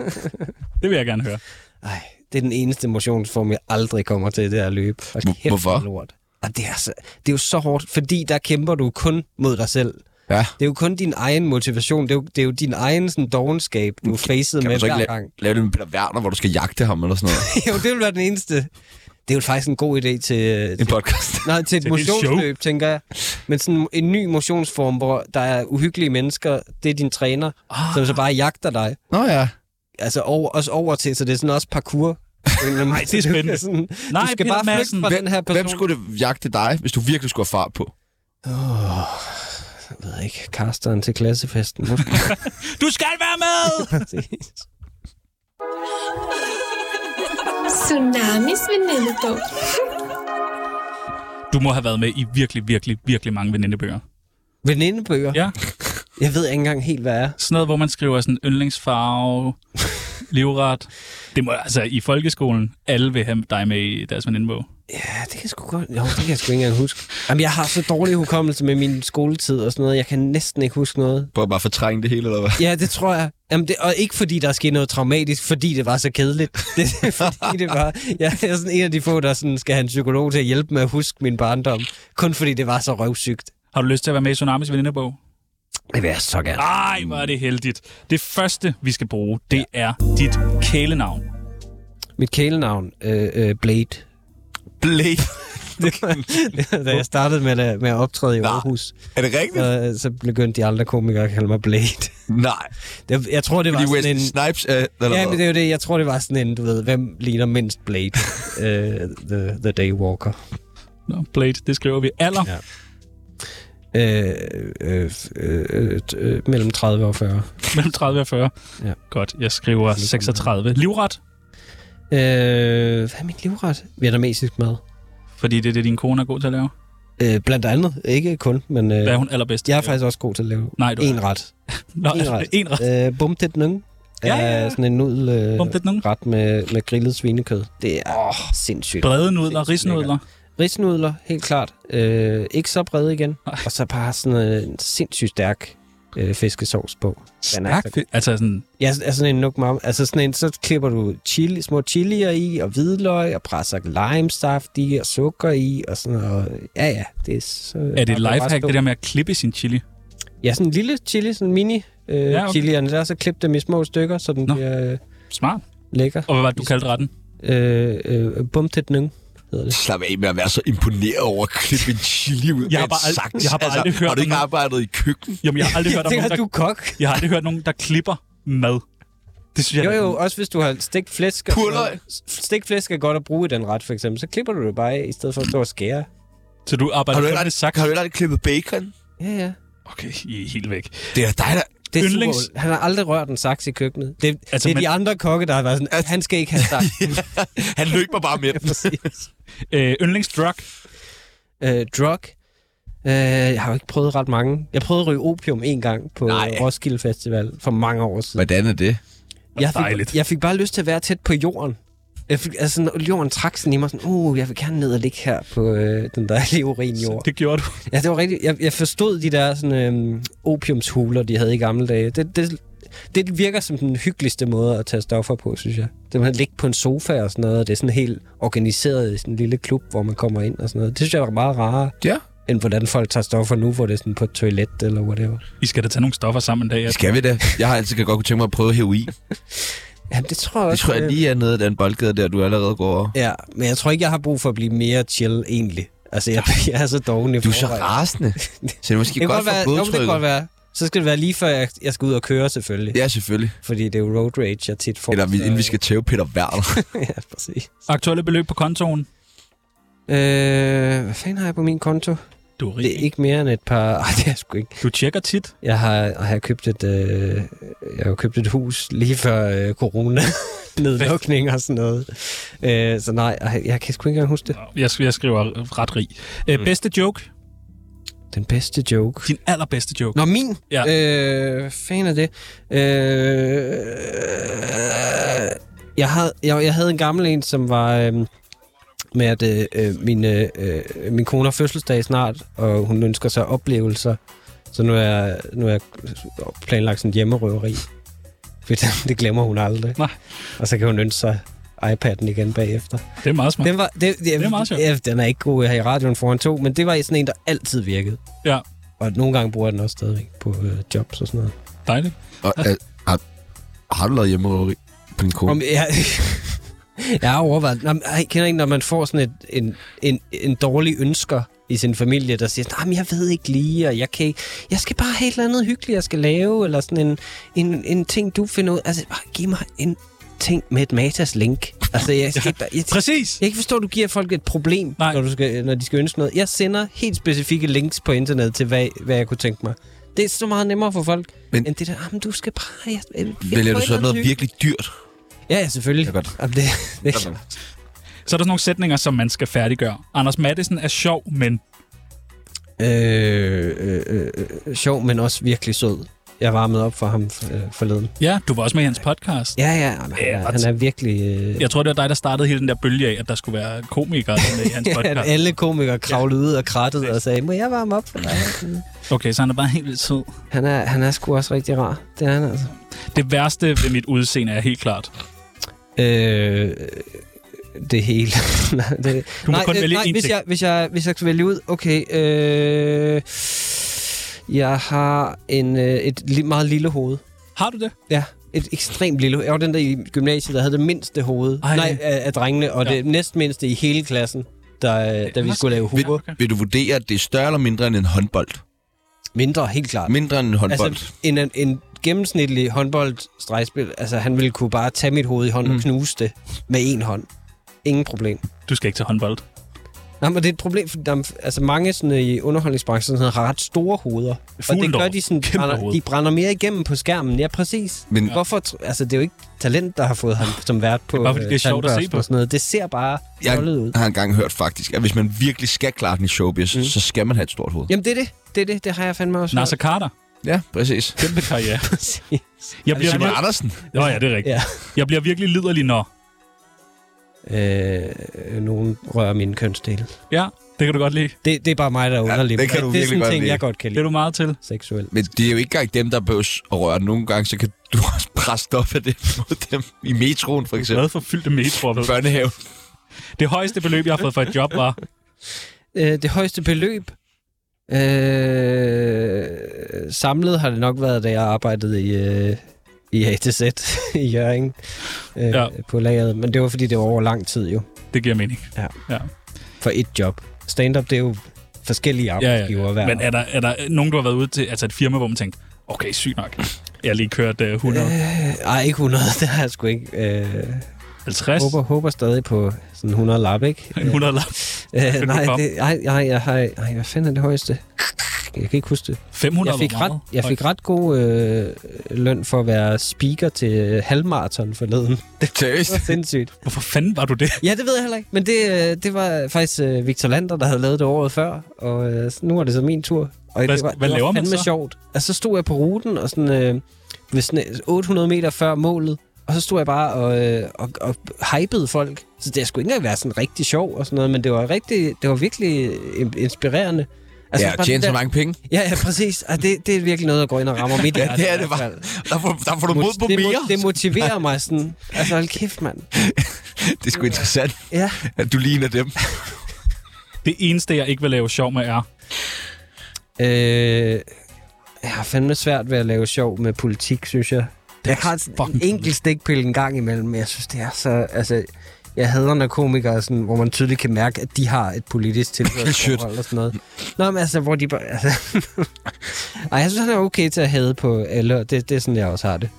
[SPEAKER 3] Det vil jeg gerne høre.
[SPEAKER 4] Ej, det er den eneste motionsform, jeg aldrig kommer til, det er at løbe. Og
[SPEAKER 1] Hvor-
[SPEAKER 4] kæft,
[SPEAKER 1] hvorfor?
[SPEAKER 4] det er Lort. Og det, er så, det er jo så hårdt, fordi der kæmper du kun mod dig selv.
[SPEAKER 1] Ja.
[SPEAKER 4] Det er jo kun din egen motivation. Det er jo, det er jo din egen sådan, dogenskab, du er facet
[SPEAKER 1] Kan
[SPEAKER 4] med
[SPEAKER 1] du så
[SPEAKER 4] hver
[SPEAKER 1] ikke
[SPEAKER 4] gang.
[SPEAKER 1] lave, lave det med Peter Werner, hvor du skal jagte ham eller sådan noget?
[SPEAKER 4] jo, det vil være den eneste. Det er jo faktisk en god idé til, øh,
[SPEAKER 1] En podcast.
[SPEAKER 4] Nej, til et
[SPEAKER 3] et helt show.
[SPEAKER 4] motionsløb, tænker jeg. Men sådan en ny motionsform, hvor der er uhyggelige mennesker, det er din træner, ah. som så bare jagter dig.
[SPEAKER 1] Nå ja.
[SPEAKER 4] Altså over, også over til, så det er sådan også parkour. Nej,
[SPEAKER 3] det er spændende.
[SPEAKER 4] Sådan,
[SPEAKER 3] Nej,
[SPEAKER 4] du skal
[SPEAKER 3] Peter
[SPEAKER 4] bare flygte
[SPEAKER 3] Madsen.
[SPEAKER 4] fra
[SPEAKER 1] Hvem,
[SPEAKER 4] den her person.
[SPEAKER 1] hvem skulle det jagte dig, hvis du virkelig skulle have fart på?
[SPEAKER 4] Jeg ved ikke, kasteren til klassefesten.
[SPEAKER 3] Du skal være med!
[SPEAKER 6] Tsunamis venindebog.
[SPEAKER 3] Du må have været med i virkelig, virkelig, virkelig mange venindebøger.
[SPEAKER 4] Venindebøger.
[SPEAKER 3] Ja.
[SPEAKER 4] Jeg ved ikke engang helt, hvad er.
[SPEAKER 3] Sådan noget, hvor man skriver sådan yndlingsfarve, livret. Det må altså i folkeskolen, alle vil have dig med i deres venindebog.
[SPEAKER 4] Ja, det kan jeg sgu godt. Jo, det kan jeg sgu ikke engang huske. Jamen, jeg har så dårlig hukommelse med min skoletid og sådan noget. Jeg kan næsten ikke huske noget.
[SPEAKER 1] Prøv at bare fortrænge det hele, eller hvad?
[SPEAKER 4] Ja, det tror jeg. Jamen det, og ikke fordi der er sket noget traumatisk, fordi det var så kedeligt. Det er fordi det var... Jeg er sådan en af de få, der sådan skal have en psykolog til at hjælpe med at huske min barndom. Kun fordi det var så røvsygt.
[SPEAKER 3] Har du lyst til at være med i Tsunamis venindebog?
[SPEAKER 4] Det vil jeg så gerne.
[SPEAKER 3] Ej, hvor er det heldigt. Det første, vi skal bruge, det er dit kælenavn.
[SPEAKER 4] Mit kælenavn, øh, øh, Blade.
[SPEAKER 1] Blade.
[SPEAKER 4] Det var, det var, da jeg startede med, at- med at optræde i Aarhus,
[SPEAKER 1] Er det rigtigt?
[SPEAKER 4] så, så begyndte de andre komikere at kalde mig Blade.
[SPEAKER 1] Nej.
[SPEAKER 4] Det, jeg tror, det var
[SPEAKER 1] Fordi
[SPEAKER 4] sådan
[SPEAKER 1] Wesley
[SPEAKER 4] en...
[SPEAKER 1] Snipes er... Eller
[SPEAKER 4] Ja,
[SPEAKER 1] hvad?
[SPEAKER 4] men det er jo det. Jeg tror, det var sådan en, du ved, hvem ligner mindst Blade? uh, the, the Daywalker.
[SPEAKER 3] Nå, Blade, det skriver vi. Alder?
[SPEAKER 4] Ja. Øh, øh, øh, øh, øh, mellem 30 og 40.
[SPEAKER 3] Mellem 30 og 40.
[SPEAKER 4] Ja. ligesom-
[SPEAKER 3] Godt, jeg skriver 36. Livret,
[SPEAKER 4] Øh, hvad er mit livret? Vietnamesisk mad.
[SPEAKER 3] fordi det er det, din kone er god til at lave.
[SPEAKER 4] Øh, blandt andet. Ikke kun, men øh,
[SPEAKER 3] Hvad er hun allerbedst til
[SPEAKER 4] jeg er
[SPEAKER 3] at lave?
[SPEAKER 4] faktisk også god til at lave
[SPEAKER 3] Nej, du
[SPEAKER 4] en ret.
[SPEAKER 3] Nå,
[SPEAKER 4] en ret.
[SPEAKER 3] En ret.
[SPEAKER 4] Øh, Bumtet nung.
[SPEAKER 3] Ja, ja, ja.
[SPEAKER 4] Er sådan en nudel, øh,
[SPEAKER 3] Bum, det er nogen.
[SPEAKER 4] ret med, med grillet svinekød. Det er oh, sindssygt.
[SPEAKER 3] Brede nudler,
[SPEAKER 4] Sindssygt
[SPEAKER 3] risnudler.
[SPEAKER 4] Ridsnudler, helt klart. Øh, ikke så brede igen. Og så bare sådan øh, en sindssygt stærk øh, fiskesovs på. Den er
[SPEAKER 3] Stærk
[SPEAKER 4] altså-
[SPEAKER 3] fe- Altså sådan,
[SPEAKER 4] Ja, altså sådan en nuk mam. Altså sådan en, så klipper du chili, små chilier i, og hvidløg, og presser limestaft i, og sukker i, og sådan noget. Ja, ja, det er så...
[SPEAKER 3] er det et lifehack, det der med at klippe sin chili?
[SPEAKER 4] Ja, sådan en lille chili, sådan mini øh,
[SPEAKER 3] Ja,
[SPEAKER 4] ja,
[SPEAKER 3] okay.
[SPEAKER 4] okay. chilierne der, så klip dem i små stykker, så den
[SPEAKER 3] Nå.
[SPEAKER 4] Nå. bliver øh,
[SPEAKER 3] Smart.
[SPEAKER 4] lækker.
[SPEAKER 3] Og hvad var det, du kaldte retten?
[SPEAKER 4] Øh, øh, bumtet nøng hedder det.
[SPEAKER 1] Slap af med at være så imponeret over at klippe en chili ud
[SPEAKER 3] Jeg har
[SPEAKER 1] med en
[SPEAKER 3] bare ald-
[SPEAKER 1] saks. Altså,
[SPEAKER 3] jeg har bare aldrig hørt
[SPEAKER 1] Har du ikke
[SPEAKER 3] om-
[SPEAKER 1] arbejdet i køkken?
[SPEAKER 3] Jamen, jeg har aldrig hørt om
[SPEAKER 4] det
[SPEAKER 3] nogen,
[SPEAKER 4] er
[SPEAKER 3] der,
[SPEAKER 4] du er kok.
[SPEAKER 3] jeg har aldrig hørt nogen, der klipper mad. Det synes jeg
[SPEAKER 4] Jo
[SPEAKER 3] da-
[SPEAKER 4] jo, også hvis du har stegt flæsk. og-
[SPEAKER 1] Purløg.
[SPEAKER 4] Stegt flæsk er godt at bruge i den ret, for eksempel. Så klipper du det bare af, i stedet for at stå og skære.
[SPEAKER 3] Så du arbejder
[SPEAKER 1] Har du
[SPEAKER 3] kun
[SPEAKER 1] ikke
[SPEAKER 3] med
[SPEAKER 1] aldrig,
[SPEAKER 3] saks?
[SPEAKER 1] har du ikke aldrig klippet bacon?
[SPEAKER 4] Ja, ja.
[SPEAKER 3] Okay, I er helt væk.
[SPEAKER 1] Det er dig, der...
[SPEAKER 4] Det er
[SPEAKER 3] Yndlings-
[SPEAKER 4] super, han har aldrig rørt en saks i køkøkkenet. Det,
[SPEAKER 3] Altså,
[SPEAKER 4] altså, det er
[SPEAKER 3] men- Altså-
[SPEAKER 4] de andre kokke, der har været sådan, han skal ikke have saks.
[SPEAKER 1] Han løb mig bare med den.
[SPEAKER 4] Præcis.
[SPEAKER 3] Øh, yndlingsdrug?
[SPEAKER 4] øh, drug. Øh, jeg har jo ikke prøvet ret mange. Jeg prøvede at ryge opium en gang på
[SPEAKER 1] Nej.
[SPEAKER 4] Nej. Roskilde Festival for mange år siden.
[SPEAKER 1] Hvordan er det?
[SPEAKER 4] jeg fik,
[SPEAKER 3] dejligt.
[SPEAKER 4] Jeg fik bare lyst til at være tæt på jorden. Jeg fik, altså, når jorden trak sådan i mig sådan, uh, jeg vil gerne ned og ligge her på øh, den der leverin jord.
[SPEAKER 3] Det gjorde du.
[SPEAKER 4] Ja, det var rigtigt. Jeg, jeg forstod de der sådan, øhm, opiumshuler, de havde i gamle dage. Det, det, det virker som den hyggeligste måde at tage stoffer på, synes jeg. Det man ligge på en sofa og sådan noget, og det er sådan helt organiseret i sådan en lille klub, hvor man kommer ind og sådan noget. Det synes jeg var meget rarere,
[SPEAKER 1] Ja.
[SPEAKER 4] end hvordan folk tager stoffer nu, hvor det er sådan på et toilet eller whatever.
[SPEAKER 3] I skal da tage nogle stoffer sammen en dag. Ja.
[SPEAKER 1] Skal vi det? Jeg har altid godt kunne tænke mig at prøve heroin.
[SPEAKER 4] Ja, det tror jeg
[SPEAKER 1] Det
[SPEAKER 4] også.
[SPEAKER 1] tror jeg lige er nede af den boldgade der, du allerede går over.
[SPEAKER 4] Ja, men jeg tror ikke, jeg har brug for at blive mere chill egentlig. Altså, jeg, jeg er så doven i
[SPEAKER 1] Du er så
[SPEAKER 4] forvejen.
[SPEAKER 1] rasende. Så det er måske
[SPEAKER 4] Det kan
[SPEAKER 1] godt
[SPEAKER 4] godt
[SPEAKER 1] for
[SPEAKER 4] være, jo, men det kan godt
[SPEAKER 1] blodtrykket.
[SPEAKER 4] være. Så skal det være lige før, jeg, jeg skal ud og køre selvfølgelig.
[SPEAKER 1] Ja, selvfølgelig.
[SPEAKER 4] Fordi det er jo road rage, jeg tit får.
[SPEAKER 1] Eller vi,
[SPEAKER 4] så-
[SPEAKER 1] inden vi skal tæve Peter Werner.
[SPEAKER 4] ja, præcis.
[SPEAKER 3] Aktuelle beløb på kontoen?
[SPEAKER 4] Øh, hvad fanden har jeg på min konto?
[SPEAKER 3] Du er
[SPEAKER 4] Det er ikke mere end et par... Ej, det er sgu ikke.
[SPEAKER 3] Du tjekker tit.
[SPEAKER 4] Jeg har, har jeg købt et, øh, jeg har jo købt et hus lige før øh, corona. Nedlukning og sådan noget. Øh, så nej, ej, jeg kan sgu ikke engang huske det.
[SPEAKER 3] Jeg, sk- jeg skriver ret rig.
[SPEAKER 4] Mm.
[SPEAKER 3] Øh, bedste joke?
[SPEAKER 4] Den bedste joke.
[SPEAKER 3] Din allerbedste joke.
[SPEAKER 4] Nå, min?
[SPEAKER 3] Ja.
[SPEAKER 4] Øh, hvad fanden er det? Øh, jeg, havde, jeg, jeg havde en gammel en, som var øh, med, at øh, øh, min, øh, øh, min kone har fødselsdag snart, og hun ønsker sig oplevelser. Så nu er, jeg- nu er jeg planlagt sådan en hjemmerøveri. For det, det glemmer hun aldrig.
[SPEAKER 3] Nej.
[SPEAKER 4] Og så kan hun ønske sig iPad'en igen bagefter.
[SPEAKER 3] Det er meget smart.
[SPEAKER 4] Den, var, det, det,
[SPEAKER 3] er meget sjovt.
[SPEAKER 4] ja, den er ikke god her i radioen foran to, men det var sådan en, der altid virkede.
[SPEAKER 3] Ja.
[SPEAKER 4] Og nogle gange bruger jeg den også stadigvæk på øh, jobs og sådan noget.
[SPEAKER 3] Dejligt.
[SPEAKER 1] Og, er, har, har du lavet hjemmerøveri på din kone?
[SPEAKER 4] Om, jeg, jeg har overvejet, Nå, men, ej, kender ikke, når man får sådan et, en, en, en dårlig ønsker i sin familie, der siger, nej, men jeg ved ikke lige, og jeg, kan ikke, jeg skal bare have et eller andet hyggeligt, jeg skal lave, eller sådan en, en, en ting, du finder ud Altså, bare giv mig en ting med et Matas link. Altså, jeg, skal, ja, jeg,
[SPEAKER 3] Præcis.
[SPEAKER 4] Jeg kan ikke forstå, at du giver folk et problem,
[SPEAKER 3] Nej.
[SPEAKER 4] når, du skal, når de skal ønske noget. Jeg sender helt specifikke links på internet til, hvad, hvad jeg kunne tænke mig. Det er så meget nemmere for folk,
[SPEAKER 1] Men-
[SPEAKER 4] men, end det der, ah, men du skal bare... Jeg, jeg,
[SPEAKER 1] Vælger du så noget
[SPEAKER 4] virkelig?
[SPEAKER 1] virkelig dyrt?
[SPEAKER 4] Ja, ja, selvfølgelig.
[SPEAKER 1] Det er godt.
[SPEAKER 4] Jamen, det, det,
[SPEAKER 3] Så er der sådan nogle sætninger, som man skal færdiggøre. Anders Madsen er sjov, men...
[SPEAKER 4] øh, øh, øh, øh, sjov, men også virkelig sød. Jeg varmede op for ham for, øh, forleden.
[SPEAKER 3] Ja, du var også med i hans podcast.
[SPEAKER 4] Ja, ja, jamen, han,
[SPEAKER 3] Ja,
[SPEAKER 4] er, han er virkelig... Øh,
[SPEAKER 3] Jeg tror, det var dig, der startede hele den der bølge af, at der skulle være komikere med i hans
[SPEAKER 4] at
[SPEAKER 3] podcast.
[SPEAKER 4] alle komikere kravlede ud og krattede og sagde, må jeg varme op for dig?
[SPEAKER 3] Okay, så han er bare helt vildt sød.
[SPEAKER 4] Han er, han er sgu også rigtig rar. Det er han altså.
[SPEAKER 3] Det værste ved mit udseende er helt klart.
[SPEAKER 4] Øh, det hele. nej, det,
[SPEAKER 3] Du må kun vælge
[SPEAKER 4] nej,
[SPEAKER 3] én
[SPEAKER 4] hvis
[SPEAKER 3] ting.
[SPEAKER 4] jeg, hvis, jeg, hvis jeg skal vælge ud, okay. Øh, jeg har en, øh, et li- meget lille hoved.
[SPEAKER 3] Har du det?
[SPEAKER 4] Ja, et ekstremt lille hoved. Jeg var den der i gymnasiet, der havde det mindste hoved.
[SPEAKER 3] Ej.
[SPEAKER 4] Ej. Nej, af, af drengene, og
[SPEAKER 3] Ja.
[SPEAKER 4] ja. det næstmindste i hele klassen, der, øh, da vi
[SPEAKER 3] Anders-
[SPEAKER 4] skulle lave
[SPEAKER 3] Ja,
[SPEAKER 4] hoved.
[SPEAKER 3] okay.
[SPEAKER 1] Vil du vurdere, at det er større eller mindre end en håndbold?
[SPEAKER 4] Mindre, helt klart.
[SPEAKER 1] Mindre end en håndbold.
[SPEAKER 4] Altså, en, en- en gennemsnitlig håndboldstregspil, altså han ville kunne bare tage mit hoved i hånden mm. og knuse det med en hånd. Ingen problem.
[SPEAKER 3] Du skal ikke til håndbold.
[SPEAKER 4] Nej, men det er et problem, for der er, altså mange sådan, i underholdningsbranchen sådan, har ret store hoveder. og det
[SPEAKER 3] Fuglendorf.
[SPEAKER 4] gør de sådan,
[SPEAKER 3] Kæmpe
[SPEAKER 4] brænder,
[SPEAKER 3] hoved.
[SPEAKER 4] de brænder mere igennem på skærmen. Ja, præcis.
[SPEAKER 1] Men-
[SPEAKER 4] Men, Hvorfor? tr- Altså, det er jo ikke talent, der har fået ham som vært på
[SPEAKER 3] bare, fordi
[SPEAKER 4] øh,
[SPEAKER 3] det er sjovt at se
[SPEAKER 4] Tandbørsten
[SPEAKER 3] på.
[SPEAKER 4] Og sådan noget. Det ser bare
[SPEAKER 1] Jeg
[SPEAKER 4] fjollet ud.
[SPEAKER 1] har engang hørt faktisk, at hvis man virkelig skal klare den i showbiz, mm. så skal man have et stort hoved.
[SPEAKER 4] Jamen, det er det. Det er det. Det har jeg fandme også
[SPEAKER 3] Nasser Carter.
[SPEAKER 1] Ja, præcis.
[SPEAKER 3] Kæmpe karriere.
[SPEAKER 4] hørt.
[SPEAKER 3] Jeg bliver,
[SPEAKER 1] Simon
[SPEAKER 3] vir-
[SPEAKER 1] Andersen.
[SPEAKER 3] Nå, ja, det er rigtigt.
[SPEAKER 4] Ja.
[SPEAKER 3] Jeg bliver virkelig liderlig, når...
[SPEAKER 4] øh, nogen rører mine kønsdele.
[SPEAKER 3] Ja, det kan du godt lide.
[SPEAKER 4] Det, det er bare mig, der er underlig.
[SPEAKER 1] det kan du
[SPEAKER 4] det er sådan
[SPEAKER 1] virkelig
[SPEAKER 4] en
[SPEAKER 1] godt
[SPEAKER 4] ting,
[SPEAKER 1] lide.
[SPEAKER 4] jeg godt kan
[SPEAKER 3] Det er
[SPEAKER 4] lide
[SPEAKER 3] du meget til.
[SPEAKER 4] seksuelt.
[SPEAKER 1] Men det er jo ikke engang dem, der behøves at røre. den. Nogle gange, så kan du også presse op af det mod dem. I metroen, for eksempel.
[SPEAKER 3] Hvad for fyldte metroer ved?
[SPEAKER 1] Børnehave.
[SPEAKER 3] Det højeste beløb, jeg har fået for et job, var...
[SPEAKER 4] Øh, det højeste beløb øh, samlet har det nok været, da jeg arbejdede i, øh, i ATZ i Jørgen øh,
[SPEAKER 3] Ja.
[SPEAKER 4] ja. på lageret. Men det var, fordi det var over lang tid jo,
[SPEAKER 3] Det giver mening.
[SPEAKER 4] for et job. Stand-up, det er jo forskellige
[SPEAKER 3] Ja, ja.
[SPEAKER 4] arbejdsgiver ja, ja. hver.
[SPEAKER 3] Men er der, er der nogen, du har været ude til, altså et firma, hvor man tænkte, okay, sygt nok. Jeg har lige kørt øh, 150.
[SPEAKER 4] Ej, ikke 100, det har jeg sgu ikke. Øh, håber, håber stadig på sådan 100 lap, ikke?
[SPEAKER 3] En 100 lap.
[SPEAKER 4] Øh, nej,
[SPEAKER 3] komme?
[SPEAKER 4] det, ej, ej, jeg har, ej, hvad fanden er det højeste? Jeg kan ikke huske det.
[SPEAKER 3] 500
[SPEAKER 4] Jeg fik,
[SPEAKER 3] var
[SPEAKER 4] ret,
[SPEAKER 3] meget.
[SPEAKER 4] jeg fik ret god øh, løn for at være speaker til øh, halvmarathon forleden.
[SPEAKER 1] Seriøst?
[SPEAKER 4] Det var sindssygt.
[SPEAKER 3] Ej, Hvorfor fanden var du det?
[SPEAKER 4] Ja, det ved jeg heller ikke. Men det, øh, det var faktisk øh, Victor Lander, der havde lavet det året før. Og øh, så nu er det så min tur. Og
[SPEAKER 3] Hvad-
[SPEAKER 4] det var,
[SPEAKER 3] hvad
[SPEAKER 4] det var
[SPEAKER 3] laver man
[SPEAKER 4] fandme
[SPEAKER 3] så?
[SPEAKER 4] sjovt. Og så stod jeg på ruten, og sådan, øh, ved sådan øh, 800 meter før målet. Og så stod jeg bare og, øh, og, og hypede folk. Så det skulle ikke engang være sådan rigtig sjov og sådan noget, men det var, rigtig, det var virkelig øh, inspirerende.
[SPEAKER 1] Altså, ja,
[SPEAKER 4] bare
[SPEAKER 1] tjene
[SPEAKER 4] den
[SPEAKER 1] så
[SPEAKER 4] der-
[SPEAKER 1] mange penge.
[SPEAKER 4] Ja, ja, præcis. Og det, det er virkelig noget, der går ind og rammer mit
[SPEAKER 1] Ja,
[SPEAKER 4] hjerte.
[SPEAKER 1] det er
[SPEAKER 4] i
[SPEAKER 1] det
[SPEAKER 4] hvert
[SPEAKER 1] bare.
[SPEAKER 4] fald.
[SPEAKER 1] Der får, der får du mod på
[SPEAKER 4] det, mo-
[SPEAKER 1] mere.
[SPEAKER 4] det motiverer mig sådan. Altså, hold kæft, mand.
[SPEAKER 1] Det er sgu interessant,
[SPEAKER 4] Ja.
[SPEAKER 1] at du ligner dem.
[SPEAKER 3] Det eneste, jeg ikke vil lave sjov med, er...
[SPEAKER 4] Øh, jeg har fandme svært ved at lave sjov med politik, synes jeg. Jeg har sådan en
[SPEAKER 3] fucking
[SPEAKER 4] enkelt stikpille en gang imellem, men jeg synes, det er så... Altså, jeg hader når komikere, sådan, hvor man tydeligt kan mærke, at de har et politisk tilhørsforhold og sådan noget. Nå, men altså, hvor de bare... Altså, Ej, jeg synes, han er okay til at hade på alle, og det, det er sådan, jeg også har det.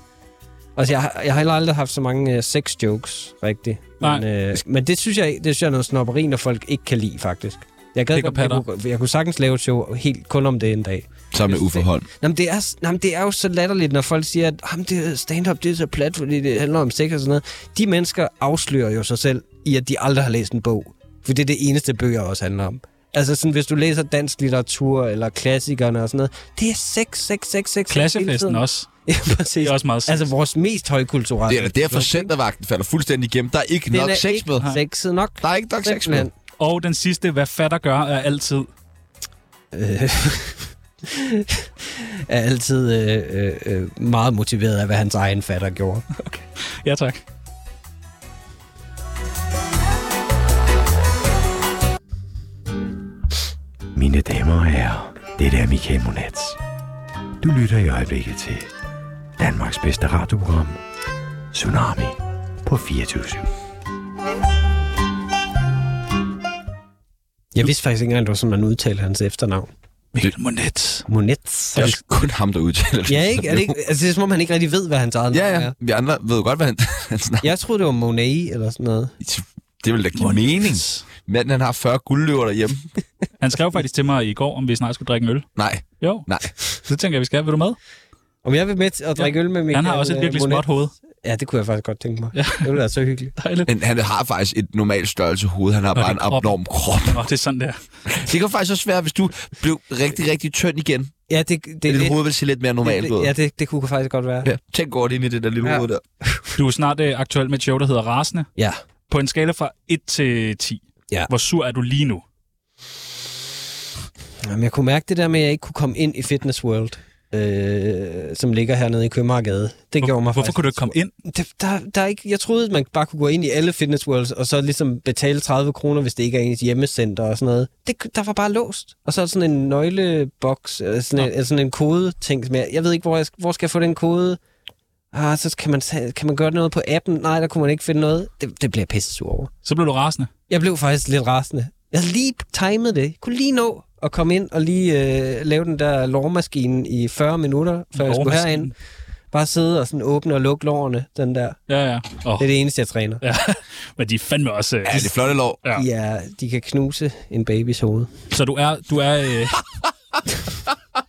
[SPEAKER 4] Altså, jeg, har- jeg har heller aldrig haft så mange øh, sex jokes, rigtigt. Men, øh, men det, synes jeg, det synes jeg er noget snopperi, når folk ikke kan lide, faktisk. Jeg, gad
[SPEAKER 3] Det går
[SPEAKER 4] godt, jeg,
[SPEAKER 3] patter.
[SPEAKER 4] kunne, jeg kunne sagtens lave et show helt kun om det en dag.
[SPEAKER 1] Sammen med Uffe Holm.
[SPEAKER 4] Nå, men det, er, s- nå, men det er jo så latterligt, når folk siger, at "Jamen, det er stand-up det er så plat, fordi det handler om sex og sådan noget. De mennesker afslører jo sig selv i, at de aldrig har læst en bog. For det er det eneste, bøger også handler om. Altså sådan, hvis du læser dansk litteratur eller klassikerne og sådan noget, det er sex, sex, sex, sex. hele
[SPEAKER 3] Klassefesten
[SPEAKER 4] tiden.
[SPEAKER 3] også.
[SPEAKER 4] Ja,
[SPEAKER 3] Det
[SPEAKER 4] præcis.
[SPEAKER 3] er også meget
[SPEAKER 4] Altså vores mest højkulturelle.
[SPEAKER 1] Det er da derfor, centervagten falder fuldstændig igennem. Der er ikke
[SPEAKER 4] Den
[SPEAKER 1] nok
[SPEAKER 4] er
[SPEAKER 1] sex
[SPEAKER 4] ikke
[SPEAKER 1] med.
[SPEAKER 4] Sexet nok.
[SPEAKER 1] Der er ikke nok sex med.
[SPEAKER 4] Simpelthen.
[SPEAKER 3] Og den sidste, hvad fatter gør, er altid...
[SPEAKER 4] øh, er altid øh, øh, øh, meget motiveret af, hvad hans egen fatter gjorde.
[SPEAKER 3] Ja, tak.
[SPEAKER 2] Mine damer og herrer, det er Michael Monats. Du lytter i øjeblikket til Danmarks bedste radioprogram, Tsunami på 24
[SPEAKER 4] Jeg vidste faktisk ikke engang, det var sådan, man udtalte hans efternavn.
[SPEAKER 3] Mikkel Monet.
[SPEAKER 4] Monets.
[SPEAKER 1] Det er også kun ham, der udtaler det.
[SPEAKER 4] Ja, ikke? Er det, ikke? Altså, det er som om, han ikke rigtig ved, hvad hans eget
[SPEAKER 1] Ja,
[SPEAKER 4] navn
[SPEAKER 1] ja.
[SPEAKER 4] er.
[SPEAKER 1] Vi andre ved jo godt, hvad han, han snakker.
[SPEAKER 4] Jeg troede, det var Monet eller sådan noget.
[SPEAKER 1] Det vil da give mening. Manden, han har 40 guldløver derhjemme.
[SPEAKER 3] Han skrev faktisk til mig i går, om vi snart skulle drikke en øl.
[SPEAKER 1] Nej,
[SPEAKER 3] Jo.
[SPEAKER 1] Nej.
[SPEAKER 3] Så tænker jeg, vi skal. Vil du med?
[SPEAKER 4] Om jeg vil med til at drikke øl med Michael
[SPEAKER 3] Han har også et
[SPEAKER 4] øh,
[SPEAKER 3] virkelig
[SPEAKER 4] Monet?
[SPEAKER 3] småt hoved.
[SPEAKER 4] Ja, det kunne jeg faktisk godt tænke mig. Ja. Det ville være så hyggeligt.
[SPEAKER 3] Dejligt.
[SPEAKER 1] men han har faktisk et normalt størrelse hoved. Han har
[SPEAKER 3] Nå,
[SPEAKER 1] bare
[SPEAKER 3] det
[SPEAKER 1] en
[SPEAKER 3] er kroppen.
[SPEAKER 1] abnorm krop.
[SPEAKER 3] Nå, det er sådan der.
[SPEAKER 1] Det kan faktisk også være, hvis du blev rigtig, rigtig tynd igen.
[SPEAKER 4] Ja, det, det,
[SPEAKER 1] Det,
[SPEAKER 4] det,
[SPEAKER 1] dit hoved vil se lidt mere normalt
[SPEAKER 4] det,
[SPEAKER 1] ud.
[SPEAKER 4] det, ja, det, det kunne faktisk godt være.
[SPEAKER 1] Ja, tænk godt ind i det der lille
[SPEAKER 4] Ja.
[SPEAKER 1] hoved der.
[SPEAKER 3] Du er snart øh, aktuel med et show, der hedder Rasende.
[SPEAKER 4] Ja.
[SPEAKER 3] På en skala fra 1 til 10.
[SPEAKER 4] Ja.
[SPEAKER 3] Hvor sur er du lige nu?
[SPEAKER 4] Jamen, jeg kunne mærke det der med, at jeg ikke kunne komme ind i Fitness World, øh, som ligger hernede i Købmagergade. Det gjorde mig
[SPEAKER 3] Hvorfor
[SPEAKER 4] faktisk
[SPEAKER 3] kunne du ikke komme ind?
[SPEAKER 4] det, der, der er ikke, jeg troede, at man bare kunne gå ind i alle fitness worlds, og så ligesom betale 30 kroner, hvis det ikke er ens hjemmecenter og sådan noget. Det, der var bare låst. Og så er der sådan en nøgleboks, eller sådan, en, eller sådan en kode ting, som jeg, jeg ved ikke, hvor, jeg, sk- hvor skal jeg få den kode? Ah, så kan man, tage- kan man gøre noget på appen? Nej, der kunne man ikke finde noget. Det, det bliver jeg pisse sur over.
[SPEAKER 3] Så blev du rasende.
[SPEAKER 4] Jeg blev faktisk lidt rasende. Jeg havde lige timet det. Jeg kunne lige nå at komme ind og lige øh, lave den der lårmaskine i 40 minutter, før jeg skulle
[SPEAKER 3] Lårmaskine.
[SPEAKER 4] herind. Bare sidde og sådan åbne og lukke lårene, den der.
[SPEAKER 3] Ja, ja. Oh,
[SPEAKER 4] Det er det eneste, jeg træner.
[SPEAKER 3] ja. Men de er fandme også... Øh,
[SPEAKER 1] Ja, det er flotte lov.
[SPEAKER 3] Ja.
[SPEAKER 4] De, er, de kan knuse en babys hoved.
[SPEAKER 3] Så du er... Du er øh,
[SPEAKER 4] Ah,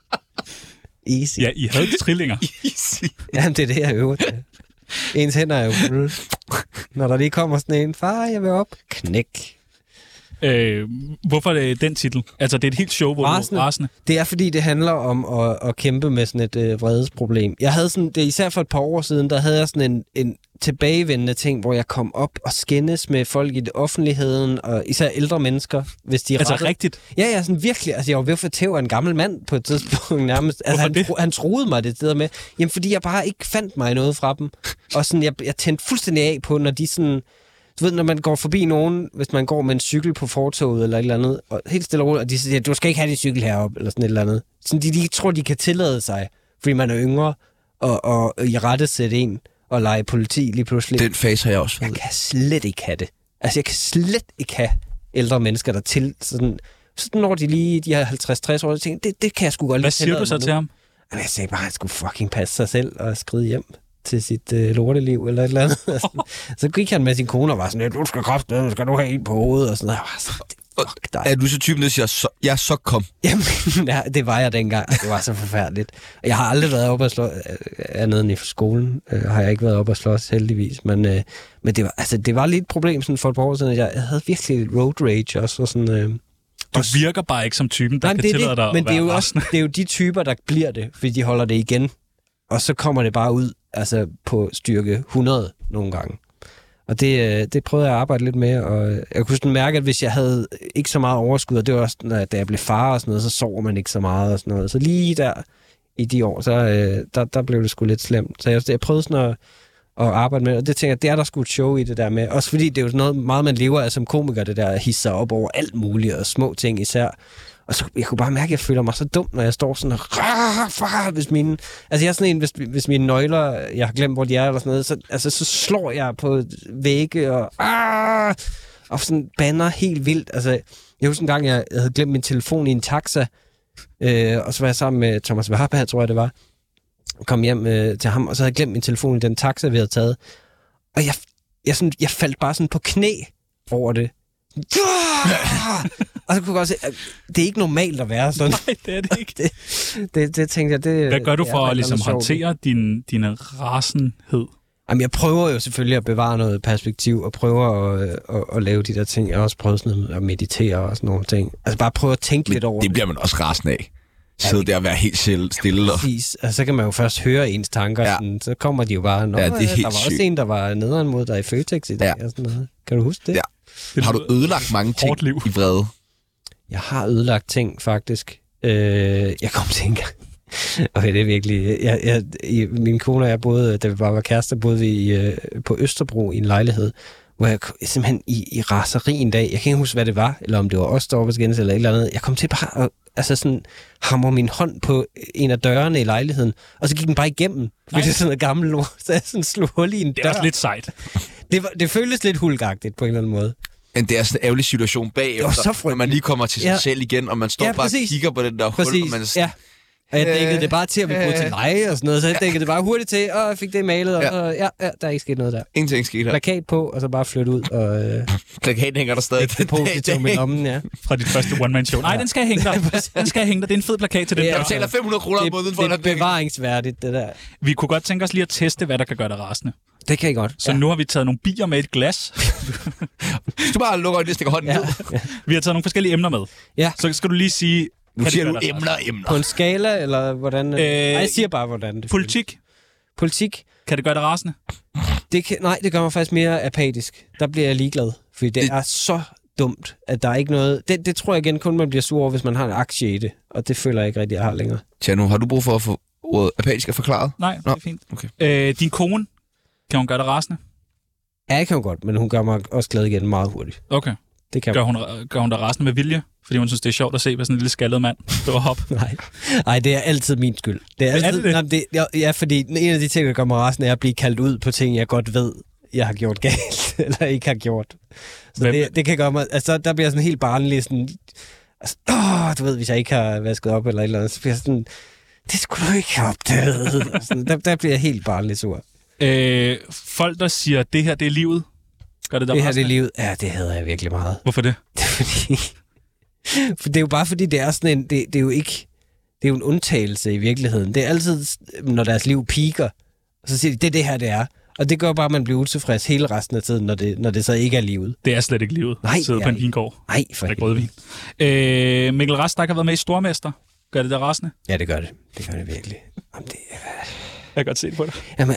[SPEAKER 4] Easy.
[SPEAKER 3] ja, I havde trillinger.
[SPEAKER 4] Jamen, det er det, jeg øver til. Ens hænder er jo fulde. Når der lige kommer sådan en, far, jeg vil op. Knæk.
[SPEAKER 3] Øh, hvorfor er det den titel? Altså, det er et helt show, hvor rasende.
[SPEAKER 4] Rasende.
[SPEAKER 3] du er rasende.
[SPEAKER 4] Det er, fordi det handler om at, at kæmpe med sådan et øh, vredesproblem. Jeg havde sådan, det er især for et par år siden, der havde jeg sådan en, en tilbagevendende ting, hvor jeg kom op og skændes med folk i det offentligheden, og især ældre mennesker, hvis de
[SPEAKER 3] Altså,
[SPEAKER 4] rettede-
[SPEAKER 3] rigtigt.
[SPEAKER 4] Ja, ja, sådan virkelig. Altså, jeg var ved at fortæve en gammel mand på et tidspunkt nærmest. Altså,
[SPEAKER 3] Hvorfor
[SPEAKER 4] han,
[SPEAKER 3] det?
[SPEAKER 4] tro, han troede mig det der med. Jamen, fordi jeg bare ikke fandt mig i noget fra dem. Og sådan, jeg, jeg tændte fuldstændig af på, når de sådan... Du ved, når man går forbi nogen, hvis man går med en cykel på fortoget eller et eller andet, og helt stille og roligt, og de siger, du skal ikke have din cykel heroppe, eller sådan et eller andet. Sådan, de, de tror, de kan tillade sig, fordi man er yngre, og, og, og i rette sætte en og lege politi lige pludselig.
[SPEAKER 1] Den fase har jeg også
[SPEAKER 4] Jeg
[SPEAKER 1] været. i.
[SPEAKER 4] kan slet ikke have det. Altså, jeg kan slet ikke have ældre mennesker, der til sådan... Så når de lige de her 50-60 år, så tænker jeg, det, det kan jeg sgu godt
[SPEAKER 3] Hvad
[SPEAKER 4] lige
[SPEAKER 3] siger
[SPEAKER 4] tillade
[SPEAKER 3] du så
[SPEAKER 4] mig
[SPEAKER 3] til
[SPEAKER 4] nu.
[SPEAKER 3] ham?
[SPEAKER 4] Jamen, jeg sagde bare, at han skulle fucking passe sig selv og skride hjem til sit øh, lorteliv eller et eller andet. Og sådan, så gik han med sin kone og var sådan, du skal kraft, du skal du have en på hovedet og sådan noget. Jeg var sådan, fuck dig.
[SPEAKER 1] Er du så typen, der siger, så, jeg så kom?
[SPEAKER 4] Jamen, ja, det var jeg dengang. og Det var så forfærdeligt. Og Jeg har aldrig været oppe at slå øh, andet end i skolen. Øh, har jeg ikke været oppe at slås heldigvis. Men, øh, men det, var, altså, det var lidt et problem sådan for et par år siden. at Jeg jeg havde virkelig road rage også. Og sådan, øh,
[SPEAKER 3] Du virker bare ikke som typen, der
[SPEAKER 4] nej,
[SPEAKER 3] Nej,
[SPEAKER 4] men
[SPEAKER 3] kan
[SPEAKER 4] det er
[SPEAKER 3] tillade
[SPEAKER 4] det,
[SPEAKER 3] dig at
[SPEAKER 4] men det er,
[SPEAKER 3] være
[SPEAKER 4] jo
[SPEAKER 3] rasende.
[SPEAKER 4] også, det er jo de typer, der bliver det, fordi de holder det igen. Og så kommer det bare ud altså på styrke 100 nogle gange. Og det, øh, det prøvede jeg at arbejde lidt med, og øh, jeg kunne sådan mærke, at hvis jeg havde ikke så meget overskud, og det var også, når, da jeg blev far og sådan noget, så sover man ikke så meget og sådan noget. Så lige der i de år, så øh, der, der blev det sgu lidt slemt. Så jeg, jeg prøvede sådan at, at arbejde med, det. og det tænker jeg, det er der sgu et show i det der med. Også fordi det er jo sådan noget meget, man lever af som komiker, det der at hisse sig op over alt muligt, og små ting især. Og så, jeg kunne bare mærke, at jeg føler mig så dum, når jeg står sådan og... "Rah, far", Hvis mine, altså jeg er sådan en, hvis, hvis mine nøgler, jeg har glemt, hvor de er, eller sådan noget, så, altså, så slår jeg på vægge og... "Ah", Og sådan banner helt vildt. Altså, jeg husker en gang, jeg jeg havde glemt min telefon i en taxa, øh, og så var jeg sammen med Thomas Warberg, tror jeg det var. Kom hjem øh, til ham, og så havde jeg glemt min telefon i den taxa, vi havde taget. Og jeg, jeg, sådan, jeg faldt bare sådan på knæ over det. Ah! og så kunne jeg godt se, at det er ikke normalt at være sådan.
[SPEAKER 3] Nej, det er det ikke.
[SPEAKER 4] Det, det tænkte jeg, det...
[SPEAKER 3] Hvad gør du
[SPEAKER 4] Øh, det er
[SPEAKER 3] for
[SPEAKER 4] der
[SPEAKER 3] at ligesom
[SPEAKER 4] noget sjovt i.
[SPEAKER 3] håndtere din, din rasenhed?
[SPEAKER 4] Jamen, jeg prøver jo selvfølgelig at bevare noget perspektiv, og prøver at, øh, at, at, at lave de der ting. Jeg har også prøvet sådan noget at meditere og sådan nogle ting. Altså bare prøve at tænke lidt over
[SPEAKER 1] Det bliver man også rasende af. Sidde der og være helt selv stille. Og...
[SPEAKER 4] Præcis, og så kan man jo først høre ens tanker,
[SPEAKER 1] Ja.
[SPEAKER 4] ja. sådan, så kommer de jo bare, Nå,
[SPEAKER 1] Ja, det er
[SPEAKER 4] øh, der
[SPEAKER 1] helt
[SPEAKER 4] var
[SPEAKER 1] sygt.
[SPEAKER 4] også en, der var nederen mod dig i Føtex i dag,
[SPEAKER 1] Ja.
[SPEAKER 4] ja. og sådan noget. Kan du huske det?
[SPEAKER 1] Ja.
[SPEAKER 3] Det
[SPEAKER 1] Har du
[SPEAKER 3] lyder-
[SPEAKER 1] ødelagt mange ting
[SPEAKER 3] Hårdt liv.
[SPEAKER 1] i vrede?
[SPEAKER 4] Jeg har ødelagt ting, faktisk. Øh, jeg kom til en gang. Okay, det er virkelig... Jeg, jeg, i, min kone og jeg boede, da vi bare var kærester, boede vi i, øh, på Østerbro i en lejlighed, hvor jeg kom- simpelthen i, i raseri en dag, jeg kan ikke huske, hvad det var, eller om det var os, der var på skændes, eller et eller andet, jeg kom til bare at altså sådan, hamre min hånd på en af dørene i lejligheden, og så gik den bare igennem, fordi
[SPEAKER 3] Nej.
[SPEAKER 4] det er sådan noget gammelt lort, så jeg sådan slog hul i en
[SPEAKER 3] Det
[SPEAKER 4] dør.
[SPEAKER 3] er også lidt sejt.
[SPEAKER 4] det, var, det føltes lidt hulgagtigt på en eller anden måde.
[SPEAKER 1] Men det er sådan en ærgerlig situation bagefter,
[SPEAKER 4] Jo, så
[SPEAKER 1] når man
[SPEAKER 4] frygteligt.
[SPEAKER 1] lige kommer til sig
[SPEAKER 4] Ja.
[SPEAKER 1] selv igen, og man står
[SPEAKER 4] Ja,
[SPEAKER 1] bare og
[SPEAKER 4] præcis.
[SPEAKER 1] kigger på den der hul, og man er
[SPEAKER 4] Præcis,
[SPEAKER 1] sådan,
[SPEAKER 4] ja. Og jeg dækkede
[SPEAKER 1] Øh,
[SPEAKER 4] det bare til at vi bruge
[SPEAKER 1] øh.
[SPEAKER 4] til leje og sådan noget, så jeg dækkede det bare hurtigt til, og jeg fik det malet, og
[SPEAKER 1] Ja.
[SPEAKER 4] så, ja, ja, der er ikke sket noget der.
[SPEAKER 1] ingenting skete her.
[SPEAKER 4] Plakat på, og så bare flytte ud, og øh,
[SPEAKER 1] Plakaten hænger der stadig.
[SPEAKER 4] det på,
[SPEAKER 1] den dag i
[SPEAKER 4] det tog
[SPEAKER 1] dag.
[SPEAKER 4] med lommen, ja.
[SPEAKER 3] fra dit første one-man-show. Nej, den skal jeg hænge dig. Den skal jeg hænge dig. Det er en fed plakat til den
[SPEAKER 4] Ja,
[SPEAKER 1] Jeg
[SPEAKER 3] der.
[SPEAKER 1] betaler 500 kroner om
[SPEAKER 4] Det,
[SPEAKER 1] måneden for
[SPEAKER 4] det
[SPEAKER 1] at
[SPEAKER 4] er
[SPEAKER 1] have den.
[SPEAKER 4] bevaringsværdigt, det der.
[SPEAKER 3] Vi kunne godt tænke os lige at teste, hvad der kan gøre dig rasende.
[SPEAKER 4] Det kan I godt.
[SPEAKER 3] Så ja. nu har vi taget nogle bier med et glas.
[SPEAKER 1] Hvis du bare lukker øjnene og stikker hånden
[SPEAKER 4] Ja.
[SPEAKER 1] ned,
[SPEAKER 3] Vi har taget nogle forskellige emner med.
[SPEAKER 4] Ja.
[SPEAKER 3] Så skal du lige sige...
[SPEAKER 1] nu
[SPEAKER 3] kan det
[SPEAKER 1] siger
[SPEAKER 3] gøre
[SPEAKER 1] du
[SPEAKER 3] dig rasende?
[SPEAKER 1] emner, emner.
[SPEAKER 4] På en skala, eller hvordan? Øh,
[SPEAKER 3] Øh,
[SPEAKER 4] jeg siger bare, hvordan det føles.
[SPEAKER 3] Politik.
[SPEAKER 4] Politik,
[SPEAKER 3] Kan det gøre dig rasende?
[SPEAKER 4] det kan, nej, det gør mig faktisk mere apatisk. Der bliver jeg ligeglad, fordi det,
[SPEAKER 1] Det-
[SPEAKER 4] det er så dumt, at der er ikke noget... Det, det tror jeg igen kun, man bliver sur over, hvis man har en aktie i det, og det føler jeg ikke rigtig, jeg har længere.
[SPEAKER 1] Tjano, har du brug for at få ordet apatisk og forklaret?
[SPEAKER 3] Nej, det
[SPEAKER 1] Nå,
[SPEAKER 3] er fint.
[SPEAKER 1] okay.
[SPEAKER 3] Øh, din kone, kan hun gøre dig rasende?
[SPEAKER 4] Ja, jeg kan jo godt, men hun gør mig også glad igen meget hurtigt.
[SPEAKER 3] Okay.
[SPEAKER 4] Det kan
[SPEAKER 3] Gør hun, gør hun dig rasende med vilje? Fordi hun synes, det er sjovt at se på sådan en lille skaldet mand stå og hoppe.
[SPEAKER 4] Nej. Nej, det er altid min skyld. Det er,
[SPEAKER 3] Men er
[SPEAKER 4] altid,
[SPEAKER 3] det det?
[SPEAKER 4] Nej, men det ja, ja, fordi en af de ting, der gør mig rasende, er at blive kaldt ud på ting, jeg godt ved, jeg har gjort galt, eller ikke har gjort. Så
[SPEAKER 3] Hvem-
[SPEAKER 4] det, det, kan gøre mig... Altså, der bliver jeg sådan helt barnlig, sådan... Altså, åh, du ved, hvis jeg ikke har vasket op eller et eller andet, så bliver jeg sådan... Det skulle du ikke have opdaget. Og sådan, der, der bliver jeg helt barnlig sur.
[SPEAKER 3] Øh, folk, der siger, det her det er livet, gør det dig
[SPEAKER 4] Det her, det
[SPEAKER 3] rasende?
[SPEAKER 4] er livet. Ja, det hader jeg virkelig meget.
[SPEAKER 3] Hvorfor det?
[SPEAKER 4] Det er fordi... For det er jo bare fordi, det er sådan en... Det, det er jo ikke... Det er jo en undtagelse i virkeligheden. Det er altid, når deres liv piker, så siger de, det er det her, det er. Og det gør bare, at man bliver utilfreds hele resten af tiden, når det, når det så ikke er livet.
[SPEAKER 3] Det er slet ikke livet.
[SPEAKER 4] Nej,
[SPEAKER 3] Sidde
[SPEAKER 4] det
[SPEAKER 3] på
[SPEAKER 4] er
[SPEAKER 3] en
[SPEAKER 4] det
[SPEAKER 3] vingård.
[SPEAKER 4] Nej, for
[SPEAKER 3] Drik
[SPEAKER 4] helvede.
[SPEAKER 3] rødvin. Øh, Mikkel Rastak har været med i Stormester. Gør det der rasende?
[SPEAKER 4] Ja, det gør det. Det gør det virkelig. Jamen, det, er-
[SPEAKER 3] Jeg kan godt se det på dig.
[SPEAKER 4] jamen,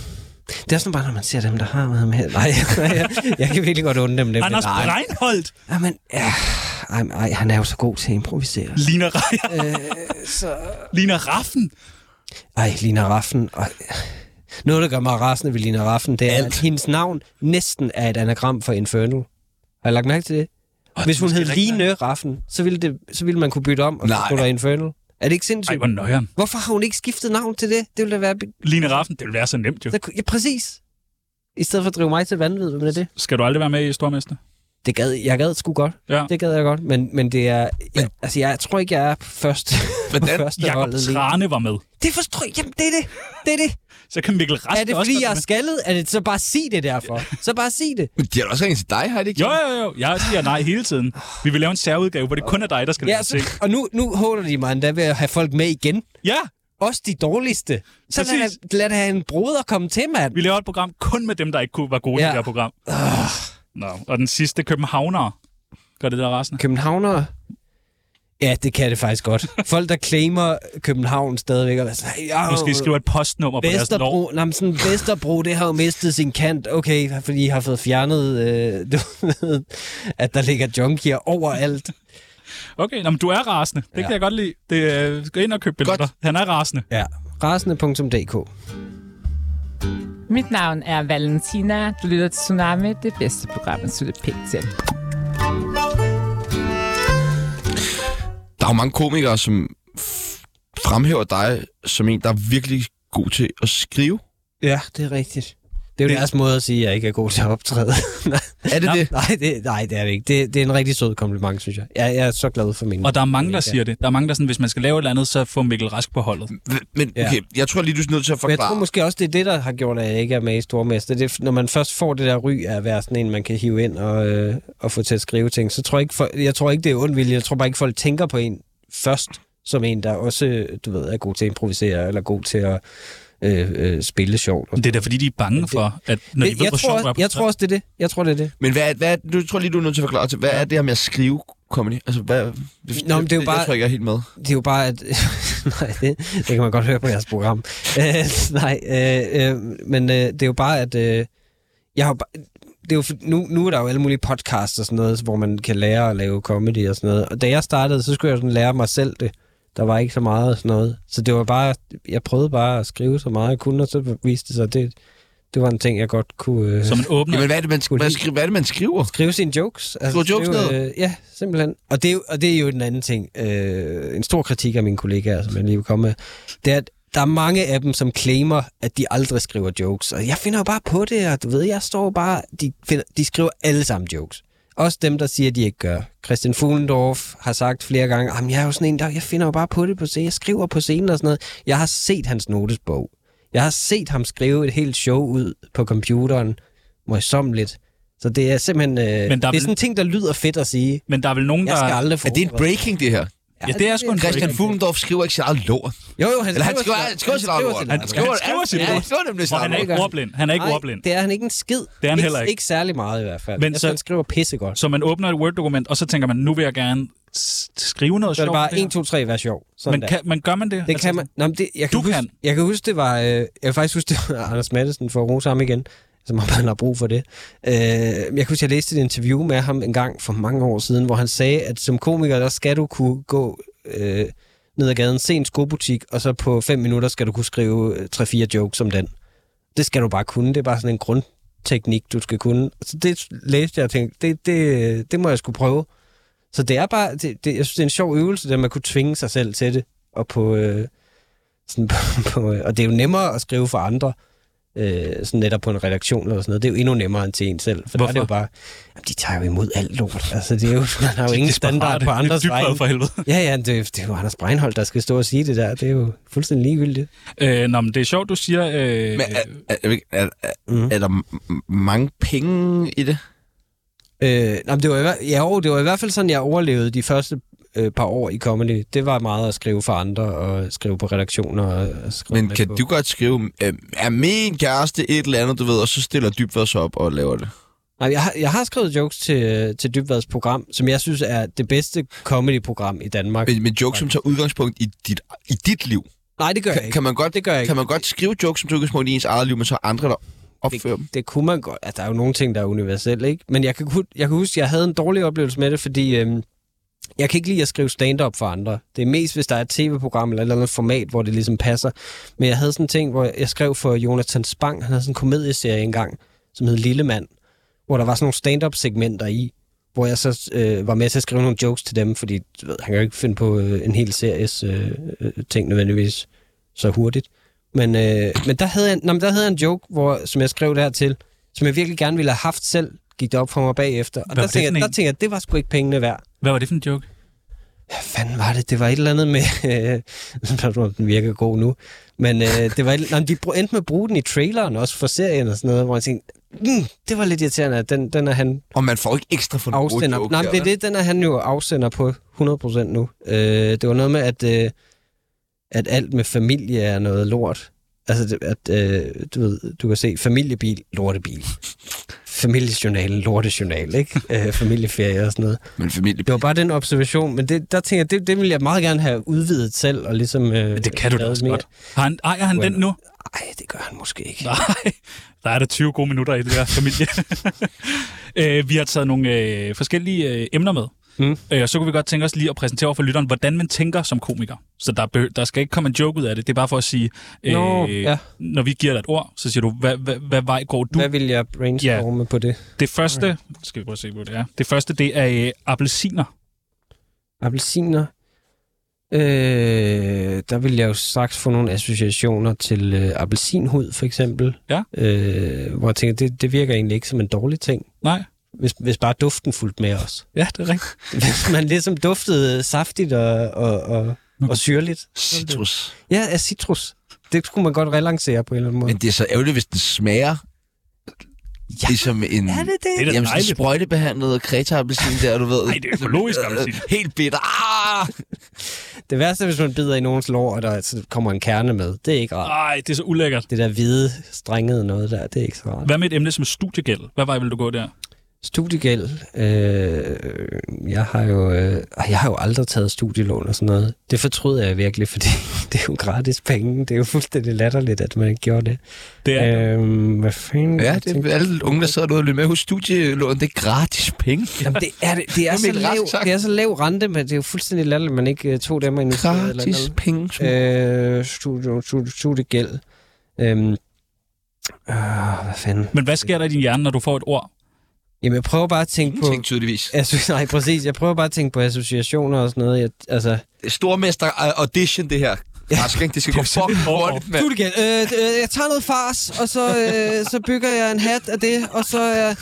[SPEAKER 4] det er sådan bare, når man ser dem, der har været med. Nej, nej jeg, jeg kan virkelig godt undre dem. dem
[SPEAKER 3] Anders
[SPEAKER 4] der-
[SPEAKER 3] Reinholdt
[SPEAKER 4] Jamen, ja, ej, men ej, han er jo så god til at improvisere.
[SPEAKER 3] ligner, øh, så... ligner Raffen.
[SPEAKER 4] Ej, Lina Raffen. Ej. Noget, der gør mig rasende ved Lina Raffen, det er,
[SPEAKER 1] Alt.
[SPEAKER 4] at hendes navn næsten er et anagram for Infernal. Har jeg lagt mærke til det? Hvis hun hed Line Raffen, så ville, det, så ville man kunne bytte om, og så
[SPEAKER 1] Nej.
[SPEAKER 4] skulle der Infernal. Er det ikke
[SPEAKER 3] Ej,
[SPEAKER 4] sindssygt?
[SPEAKER 3] hvor nøjeren.
[SPEAKER 4] Hvorfor har hun ikke skiftet navn til det? Det ville da være... be-
[SPEAKER 3] Line Raffen, det ville være så nemt jo.
[SPEAKER 4] Så, kunne- ja, præcis. I stedet for at drive mig til vanvid, hvad med det?
[SPEAKER 3] Skal du aldrig være med i Stormester?
[SPEAKER 4] Det gad, jeg gad sgu godt.
[SPEAKER 3] Ja.
[SPEAKER 4] Det gad jeg godt, men, men det er... Jeg, altså, jeg tror ikke, jeg er på første, på
[SPEAKER 1] Hvordan?
[SPEAKER 4] første
[SPEAKER 3] Jakob
[SPEAKER 4] holdet lige.
[SPEAKER 3] Trane var med.
[SPEAKER 4] Det forstår jeg. Jamen, det er det. Det er det.
[SPEAKER 3] Så kan Mikkel Rastak
[SPEAKER 4] Er det
[SPEAKER 3] også
[SPEAKER 4] fordi, jeg
[SPEAKER 3] være
[SPEAKER 4] er skaldet? Er det så bare sig det derfor? Så bare sig det.
[SPEAKER 1] Men de har da også ringet til dig, har de ikke?
[SPEAKER 3] Jo, jo, jo. Jeg siger nej hele tiden. Vi vil lave en særudgave, hvor det kun er dig, der skal
[SPEAKER 4] Ja,
[SPEAKER 3] ja,
[SPEAKER 4] så,
[SPEAKER 3] se.
[SPEAKER 4] og nu, nu håner de mig endda ved at have folk med igen.
[SPEAKER 3] Ja,
[SPEAKER 4] Også de dårligste. Så lad,
[SPEAKER 3] Præcis.
[SPEAKER 4] da- lad da have en broder komme til, mand.
[SPEAKER 3] vi laver et program kun med dem, der ikke kunne være gode ja.
[SPEAKER 4] Ja. Ah.
[SPEAKER 3] til det her program. Nå. Og den sidste, københavner. Gør det der resten?
[SPEAKER 4] Københavnere? Ja, det kan det faktisk godt. Folk, der claimer København stadigvæk. Og er sådan, "Hey, jeg,
[SPEAKER 3] Måske skrive et postnummer på deres lov.
[SPEAKER 4] Vesterbro, nej, men sådan, Vesterbro, det har jo mistet sin kant. Okay, fordi I har fået fjernet, øh, du ved, at der ligger junkier overalt.
[SPEAKER 3] Okay, nå, men du er rasende. Det ja. kan jeg godt lide. Det, øh, gå ind og køb billetter. Godt. Han er rasende.
[SPEAKER 4] Ja. Rasende.dk.
[SPEAKER 7] Mit navn er Valentina. Du lytter til Tsunami, det bedste program, at slutte pænt til.
[SPEAKER 1] Der er jo mange komikere, som f- fremhæver dig som en, der er virkelig god til at skrive.
[SPEAKER 4] Ja, det er rigtigt. Det er jo deres måde at sige, at jeg ikke er god til at optræde. nej,
[SPEAKER 1] Er det det?
[SPEAKER 4] nej, det, nej, det er det ikke. Det, det er en rigtig sød kompliment, synes jeg. Jeg, jeg er så glad for min.
[SPEAKER 3] Og der er mange, der siger det. Der er mange, der sådan, hvis man skal lave et eller andet, så få Mikkel Rask på holdet.
[SPEAKER 1] H- Men okay, jeg tror lige, du er nødt til at
[SPEAKER 4] Men jeg tror
[SPEAKER 1] forklare.
[SPEAKER 4] måske også, det er det, der har gjort, at jeg ikke er med i Stormester. Det er, når man først får det der ry af at være sådan en, man kan hive ind og, øh, og få til at skrive ting, så tror jeg ikke, for, jeg tror ikke det er ond vilje. Jeg tror bare ikke, folk tænker på en først, som en, der også du ved, er god til at improvisere, eller god til at øh, øh, spille sjovt.
[SPEAKER 3] Det er da, fordi de er bange for, at når de ved,
[SPEAKER 4] jeg,
[SPEAKER 3] hvor sjovt
[SPEAKER 4] tror,
[SPEAKER 3] du er
[SPEAKER 4] også-
[SPEAKER 3] på
[SPEAKER 4] jeg tror også, det er det. Jeg tror, det er det.
[SPEAKER 1] Men hvad, er- hvad, er- du jeg tror lige, du er nødt til at forklare til, hvad er det her med at skrive comedy? Altså, hvad,
[SPEAKER 4] Nå, men det er jo
[SPEAKER 1] jeg,
[SPEAKER 4] bare-
[SPEAKER 1] Jeg tror ikke, jeg er helt med.
[SPEAKER 4] det er jo bare, at... nej, det, det kan man godt høre på jeres program. Øh, nej, øh, øh, men øh, det er jo bare, at... Øh, jeg har jo bare, det er jo, for- nu, nu er der jo alle mulige podcasts og sådan noget, hvor man kan lære at lave comedy og sådan noget. Og da jeg startede, så skulle jeg sådan lære mig selv det. Der var ikke så meget og sådan noget. Så det var bare... Jeg prøvede bare at skrive så meget jeg kunne, og så viste det sig, at det, det var en ting, jeg godt kunne... Øh,
[SPEAKER 3] Som en åbner.
[SPEAKER 1] Jamen, hvad er det, man,
[SPEAKER 4] Skulle
[SPEAKER 1] hvad,
[SPEAKER 4] lige-
[SPEAKER 1] skri, hvad er det, man skriver?
[SPEAKER 4] Skrive sine jokes. Altså,
[SPEAKER 1] Skrive jokes
[SPEAKER 4] øh, Ja, simpelthen. Og det, er jo, og det er jo den anden ting. Øh, en stor kritik af mine kollegaer, som jeg lige vil komme med. Det er, at der er mange af dem, som claimer, at de aldrig skriver jokes. Og jeg finder jo bare på det, og du ved, jeg står bare... De, finder, de skriver alle sammen jokes. Også dem, der siger, at de ikke gør. Christian Fuglendorf har sagt flere gange, at jeg er jo sådan en, der, jeg finder jo bare på det på scenen. Jeg skriver på scenen og sådan noget. Jeg har set hans notesbog. Jeg har set ham skrive et helt show ud på computeren. Møjsommeligt. Så det er simpelthen... Øh,
[SPEAKER 3] Men
[SPEAKER 4] men der
[SPEAKER 3] der er
[SPEAKER 4] det er
[SPEAKER 3] vel-
[SPEAKER 4] sådan en ting, der lyder fedt at sige.
[SPEAKER 3] Men der er vel nogen, der...
[SPEAKER 4] Jeg skal aldrig få
[SPEAKER 1] Er det en
[SPEAKER 4] ordet.
[SPEAKER 1] breaking, det her?
[SPEAKER 3] Ja, det er sgu en
[SPEAKER 1] Christian
[SPEAKER 3] breaking.
[SPEAKER 1] Fuglendorf skriver ikke sit eget lort.
[SPEAKER 4] Jo, jo, han
[SPEAKER 1] Eller han skriver,
[SPEAKER 4] sit-
[SPEAKER 1] han skriver sit eget lort.
[SPEAKER 4] Han skriver
[SPEAKER 3] Han skriver sit
[SPEAKER 1] ja,
[SPEAKER 3] lort.
[SPEAKER 1] Han skriver nemlig sit
[SPEAKER 3] Hvor han er
[SPEAKER 1] eget
[SPEAKER 3] ikke
[SPEAKER 1] lort.
[SPEAKER 3] ordblind. Han er ikke
[SPEAKER 4] Nej,
[SPEAKER 3] ordblind.
[SPEAKER 4] det er han ikke en skid. Det
[SPEAKER 3] er han heller ikke.
[SPEAKER 4] Ikke særlig meget i hvert fald.
[SPEAKER 3] Men
[SPEAKER 4] Men
[SPEAKER 3] så-
[SPEAKER 4] så, han skriver pissegodt.
[SPEAKER 3] Så man åbner et Word-dokument, og så tænker man, nu vil jeg gerne s- skrive noget
[SPEAKER 4] Så er det
[SPEAKER 3] sjovt.
[SPEAKER 4] bare
[SPEAKER 3] om det her.
[SPEAKER 4] 1, 2, 3, vær sjov. Sådan
[SPEAKER 3] Men,
[SPEAKER 4] der.
[SPEAKER 3] kan, men gør man det? Altså,
[SPEAKER 4] Det kan man. Nå, men det, jeg kan
[SPEAKER 3] Du
[SPEAKER 4] huske,
[SPEAKER 3] kan.
[SPEAKER 4] Jeg kan huske, det var... Øh, jeg kan faktisk huske, det var Anders Mattesen for at rose ham igen, som om han har brug for det. Øh, jeg kan huske, jeg læste et interview med ham en gang for mange år siden, hvor han sagde, at som komiker, der skal du kunne gå øh, ned ad gaden, se en skobutik, og så på fem minutter skal du kunne skrive øh, 3-4 jokes om den. Det skal du bare kunne. Det er bare sådan en grundteknik, du skal kunne. Så det læste jeg og tænkte, det, det, det må jeg skulle prøve. Så det er bare, det, det, jeg synes, det er en sjov øvelse, det med at kunne tvinge sig selv til det. Og, på, øh, sådan på, på, øh, og det er jo nemmere at skrive for andre, øh, sådan netop på en redaktion eller sådan noget. Det er jo endnu nemmere end til en selv. For Der er det jo
[SPEAKER 3] Hvorfor?
[SPEAKER 4] bare, jamen, de tager jo imod alt lort. Altså, det er jo, man har jo ingen standard på
[SPEAKER 3] andre
[SPEAKER 4] andres
[SPEAKER 3] Det er
[SPEAKER 4] vegne.
[SPEAKER 3] dybt for helvede.
[SPEAKER 4] Ja, ja, det, det er jo Anders Breinholt, der skal stå og sige det der. Det er jo fuldstændig ligegyldigt.
[SPEAKER 3] Øh, nå, men det er sjovt, du siger... Øh,
[SPEAKER 1] Men er, er, er, er,
[SPEAKER 4] Mhm.
[SPEAKER 1] er der m- m- mange penge i det?
[SPEAKER 4] Øh, nej, men det var i, hver- ja, jo, det var i hvert fald sådan, jeg overlevede de første øh, par år i comedy, det var meget at skrive for andre, og skrive på redaktioner. Og, og skrive
[SPEAKER 1] Men
[SPEAKER 4] med
[SPEAKER 1] kan
[SPEAKER 4] på.
[SPEAKER 1] du godt skrive, øh, er min kæreste et eller andet, du ved, og så stiller Dybvad sig op og laver det?
[SPEAKER 4] Nej, jeg har, jeg har skrevet jokes til, øh, til Dybvads program, som jeg synes er det bedste comedy-program i Danmark.
[SPEAKER 1] Men, men jokes, som tager udgangspunkt i dit, i dit liv.
[SPEAKER 4] Nej, det gør jeg
[SPEAKER 1] Kan,
[SPEAKER 4] ikke.
[SPEAKER 1] kan, man godt,
[SPEAKER 4] Det gør jeg ikke.
[SPEAKER 1] kan man godt skrive jokes, som tager udgangspunkt i ens eget liv, men så er andre, der opfører dem?
[SPEAKER 4] det kunne man godt. Altså, der er jo nogle ting, der er universelle, ikke? Men jeg kan, hu- jeg kan huske, at jeg havde en dårlig oplevelse med det, fordi øhm, jeg kan ikke lide at skrive stand-up for andre. Det er mest, hvis der er et tv-program eller et eller andet format, hvor det ligesom passer. Men jeg havde sådan en ting, hvor jeg skrev for Jonathan Spang. Han havde sådan en komedieserie engang, som hed Lille Mand, hvor der var sådan nogle stand-up-segmenter i, hvor jeg så øh, var med til at skrive nogle jokes til dem, fordi du ved, han kan jo ikke finde på øh, en hel series øh, øh, ting nødvendigvis så hurtigt. Men, øh, men der, havde jeg, nå, men der havde jeg en joke, hvor, som jeg skrev dertil, som jeg virkelig gerne ville have haft selv, gik det op for mig bagefter. Og
[SPEAKER 3] Hvad
[SPEAKER 4] der
[SPEAKER 3] var det for
[SPEAKER 4] tænkte, jeg,
[SPEAKER 3] en?
[SPEAKER 4] der tænkte jeg, det var sgu ikke pengene værd.
[SPEAKER 3] Hvad var det for en joke?
[SPEAKER 4] Hvad fanden var det? Det var et eller andet med... Øh, spørgsmålet, om den virker god nu. Men øh, det var et, nej, de brug- endte med at bruge den i traileren også for serien og sådan noget, hvor jeg tænkte, mm, det var lidt irriterende, at den, den er han
[SPEAKER 1] Og man får ikke ekstra for den gode
[SPEAKER 4] afsender.
[SPEAKER 1] joke.
[SPEAKER 4] Nej,
[SPEAKER 1] der,
[SPEAKER 4] men det er
[SPEAKER 1] vel?
[SPEAKER 4] det, den er han jo afsender på 100% nu. Øh, det var noget med, at, øh, at alt med familie er noget lort. Altså, det- at, øh, du ved, du kan se familiebil, lortebil. Familiejournal, lortejournal, ikke? Øh, familieferie og sådan noget.
[SPEAKER 1] Men familie...
[SPEAKER 4] Det var bare den observation, men det, der tænker jeg, det, det ville jeg meget gerne have udvidet selv, og ligesom... Øh,
[SPEAKER 3] Det kan du da
[SPEAKER 4] lavet
[SPEAKER 3] også
[SPEAKER 4] mere.
[SPEAKER 3] godt. Har han, ejer han den nu?
[SPEAKER 4] Ej, det gør han måske ikke.
[SPEAKER 3] Nej, der er der 20 gode minutter i det der familie. øh, vi har taget nogle øh, forskellige øh, emner med.
[SPEAKER 4] Mm.
[SPEAKER 3] Øh, og så kunne vi godt tænke os lige at præsentere over for lytteren, hvordan man tænker som komiker. Så der, behø- der skal ikke komme en joke ud af det. Det er bare for at sige, øh,
[SPEAKER 4] Nå, ja.
[SPEAKER 3] når vi giver dig et ord, så siger du, hvad, hvad, hvad vej går du?
[SPEAKER 4] Hvad vil jeg brainstorme på det?
[SPEAKER 3] Det første, skal vi prøve at se, hvor det er. Det første, det er øh, appelsiner.
[SPEAKER 4] Appelsiner? Øh, der vil jeg jo straks få nogle associationer til øh, appelsinhud, for eksempel.
[SPEAKER 3] Ja.
[SPEAKER 4] Øh, hvor jeg tænker, det, det virker egentlig ikke som en dårlig ting,
[SPEAKER 3] Nej,
[SPEAKER 4] hvis, hvis bare duften fulgte med os.
[SPEAKER 3] ja, det er rigtigt.
[SPEAKER 4] Hvis man ligesom duftede saftigt og, og, og, og syrligt.
[SPEAKER 1] Citrus.
[SPEAKER 4] Ja, af citrus. Det skulle man godt relancere på en eller anden måde.
[SPEAKER 1] Men det er så ærgerligt, hvis den smager ja. ligesom en...
[SPEAKER 4] er det det?
[SPEAKER 3] Det er da
[SPEAKER 1] Jamen, sådan en
[SPEAKER 3] dejligt.
[SPEAKER 1] sprøjtebehandlet kreta-appelsin der, du ved.
[SPEAKER 3] Nej, det er økologisk appelsin.
[SPEAKER 1] Helt bitter. Ah!
[SPEAKER 4] Det værste er, hvis man bider i nogens lår, og der så kommer en kerne med. Det er ikke rart.
[SPEAKER 3] Nej, det er så ulækkert.
[SPEAKER 4] Det der hvide, strengede noget der, det er ikke så rart.
[SPEAKER 3] Hvad med et emne som studiegæld? Hvad vej vil du gå der?
[SPEAKER 4] Studiegæld. Øh, jeg, har jo, øh, ej, jeg har jo aldrig taget studielån og sådan noget. Det fortryder jeg virkelig, fordi det er jo gratis penge. Det er jo fuldstændig latterligt, at man ikke gjorde det.
[SPEAKER 3] Det er,
[SPEAKER 4] Ja. Øh, hvad fanden?
[SPEAKER 1] Ja,
[SPEAKER 4] Jeg
[SPEAKER 1] det
[SPEAKER 4] tænkte-
[SPEAKER 1] er alle unge, der sidder derude og lytter med. Husk studielån, det er gratis penge.
[SPEAKER 4] Jamen, det er, det, det, er
[SPEAKER 1] Jamen,
[SPEAKER 4] så
[SPEAKER 1] det er ret
[SPEAKER 4] lav,
[SPEAKER 1] sagt.
[SPEAKER 4] det er så lav rente, men det er jo fuldstændig latterligt, at man ikke øh, tog dem og investerede et eller andet.
[SPEAKER 1] Gratis penge. små.
[SPEAKER 4] Øh, studie, studie, studiegæld. Øhm, øh, hvad fanden?
[SPEAKER 3] men hvad sker der i din hjerne, når du får et ord?
[SPEAKER 4] Jamen, jeg prøver bare at tænke på...
[SPEAKER 1] Tænk tydeligvis.
[SPEAKER 4] Altså, nej, præcis. Jeg prøver bare at tænke på associationer og sådan noget. Jeg, altså,
[SPEAKER 1] Stormester øh, audition, det her. Rask, ikke? Det skal gå fucking hurtigt, mand.
[SPEAKER 4] Studiegæld. Øh, øh, jeg tager noget fars, og så, øh, så bygger jeg en hat af det, og så, øh,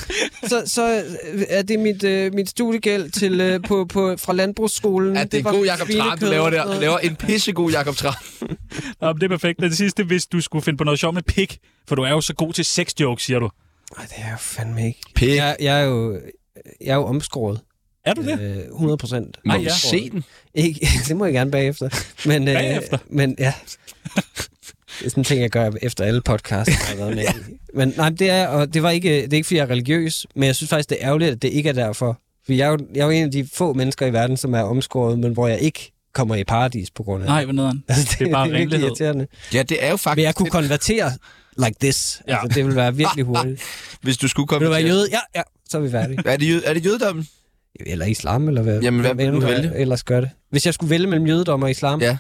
[SPEAKER 4] så, så øh, er det mit, øh, mit studiegæld til, øh, på, på, fra landbrugsskolen.
[SPEAKER 1] Ja, det er en god Jacob Tran, du laver der. Laver en pissegod Jacob Tran.
[SPEAKER 3] Jamen, det er perfekt. Og Det sidste, hvis du skulle finde på noget sjovt med pik, for du er jo så god til sex jokes, siger du.
[SPEAKER 4] Nej, det er jeg jo fandme ikke.
[SPEAKER 1] Pik.
[SPEAKER 4] Jeg, jeg, er, jo, jeg er jo omskåret.
[SPEAKER 3] Er du det?
[SPEAKER 4] Øh, 100 procent.
[SPEAKER 1] Må
[SPEAKER 3] Ej,
[SPEAKER 1] vi
[SPEAKER 3] ja.
[SPEAKER 1] se den?
[SPEAKER 4] Ikke, det må jeg gerne bagefter. Men, øh,
[SPEAKER 3] Bagefter?
[SPEAKER 4] Men ja. Det er sådan en ting, jeg gør efter alle podcasts, jeg har været med i. Men nej, det er, og det, var ikke, det er ikke, fordi jeg er religiøs, men jeg synes faktisk, det er ærgerligt, at det ikke er derfor. For jeg er, jo, jeg er jo en af de få mennesker i verden, som er omskåret, men hvor jeg ikke kommer i paradis på grund af
[SPEAKER 3] Nej, hvad nederen.
[SPEAKER 4] Altså, det,
[SPEAKER 3] det er bare
[SPEAKER 4] det er virkelig
[SPEAKER 3] renlighed.
[SPEAKER 4] irriterende.
[SPEAKER 1] Ja, det er jo
[SPEAKER 4] Men
[SPEAKER 1] faktisk...
[SPEAKER 4] jeg kunne
[SPEAKER 1] det.
[SPEAKER 4] konvertere like this. Ja.
[SPEAKER 3] Ja.
[SPEAKER 4] Altså, det ville være virkelig hurtigt.
[SPEAKER 1] Hvis du skulle komme
[SPEAKER 4] Vil du være
[SPEAKER 1] til-
[SPEAKER 4] jøde? Ja, ja, så er vi færdige.
[SPEAKER 1] Er det, jød, er det jødedommen?
[SPEAKER 4] Eller islam, eller hvad,
[SPEAKER 1] Jamen, hvad vil
[SPEAKER 4] end
[SPEAKER 1] du
[SPEAKER 4] jeg
[SPEAKER 1] vælge?
[SPEAKER 4] ellers gør det. Hvis jeg skulle vælge mellem jødedom og islam,
[SPEAKER 1] Ja.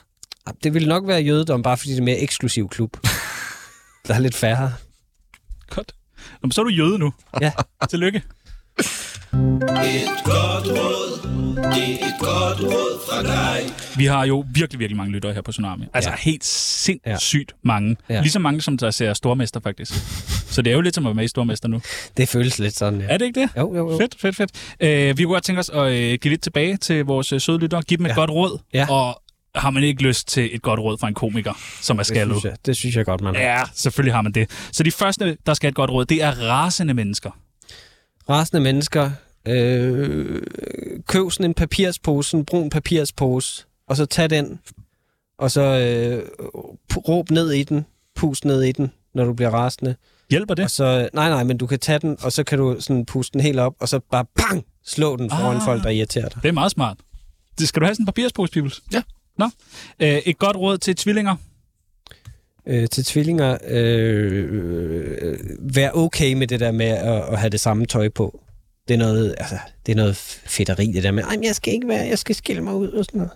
[SPEAKER 4] Ah, Det ville nok være jødedom, bare fordi det er en mere eksklusiv klub. Der er lidt færre.
[SPEAKER 3] Godt. Nå, men så er du jøde nu.
[SPEAKER 4] Ja.
[SPEAKER 3] Tillykke. Vi har jo virkelig, virkelig mange lyttere her på Tsunami. Altså ja. helt sindssygt ja. mange.
[SPEAKER 4] Ja.
[SPEAKER 3] Ja. Lige så mange, som der ser Stormester, faktisk. Så det er jo lidt som at være med i Stormester nu.
[SPEAKER 4] Det føles lidt sådan, ja.
[SPEAKER 3] Er det ikke det?
[SPEAKER 4] Jo, jo, jo.
[SPEAKER 3] Fedt, fedt, fedt. Øh, vi kunne godt tænke os at øh, give lidt tilbage til vores øh, søde lyttere. Give dem et
[SPEAKER 4] Ja.
[SPEAKER 3] ja. godt råd.
[SPEAKER 4] Ja.
[SPEAKER 3] Og har man ikke lyst til et godt råd fra en komiker, som er
[SPEAKER 4] Det
[SPEAKER 3] skaldet?
[SPEAKER 4] synes, jeg, det synes jeg godt, man har.
[SPEAKER 3] Ja, selvfølgelig har man det. Så de første, der skal have et godt råd, det er rasende mennesker.
[SPEAKER 4] Resten af mennesker, Øh, køb sådan en papirspose, sådan en brun papirspose, og så tag den, og så øh, pu- råb ned i den, pust ned i den, når du bliver rasende.
[SPEAKER 3] Hjælper
[SPEAKER 4] Og
[SPEAKER 3] det?
[SPEAKER 4] så, nej, nej, men du kan tage den, og så kan du sådan puste den helt op, og så bare bang, slå den foran
[SPEAKER 3] Ah.
[SPEAKER 4] ah. folk, der irriterer dig.
[SPEAKER 3] Det er meget smart. Det skal du have sådan en papirspose, Pibels?
[SPEAKER 1] Ja.
[SPEAKER 3] Nå. Øh, et godt råd til tvillinger.
[SPEAKER 4] Øh, til tvillinger, øh, øh, vær okay med det der med at, at have det samme tøj på. Det er noget, altså, det er noget fedteri, det der med, "Ej, men jeg skal ikke være, jeg skal skille mig ud og sådan noget.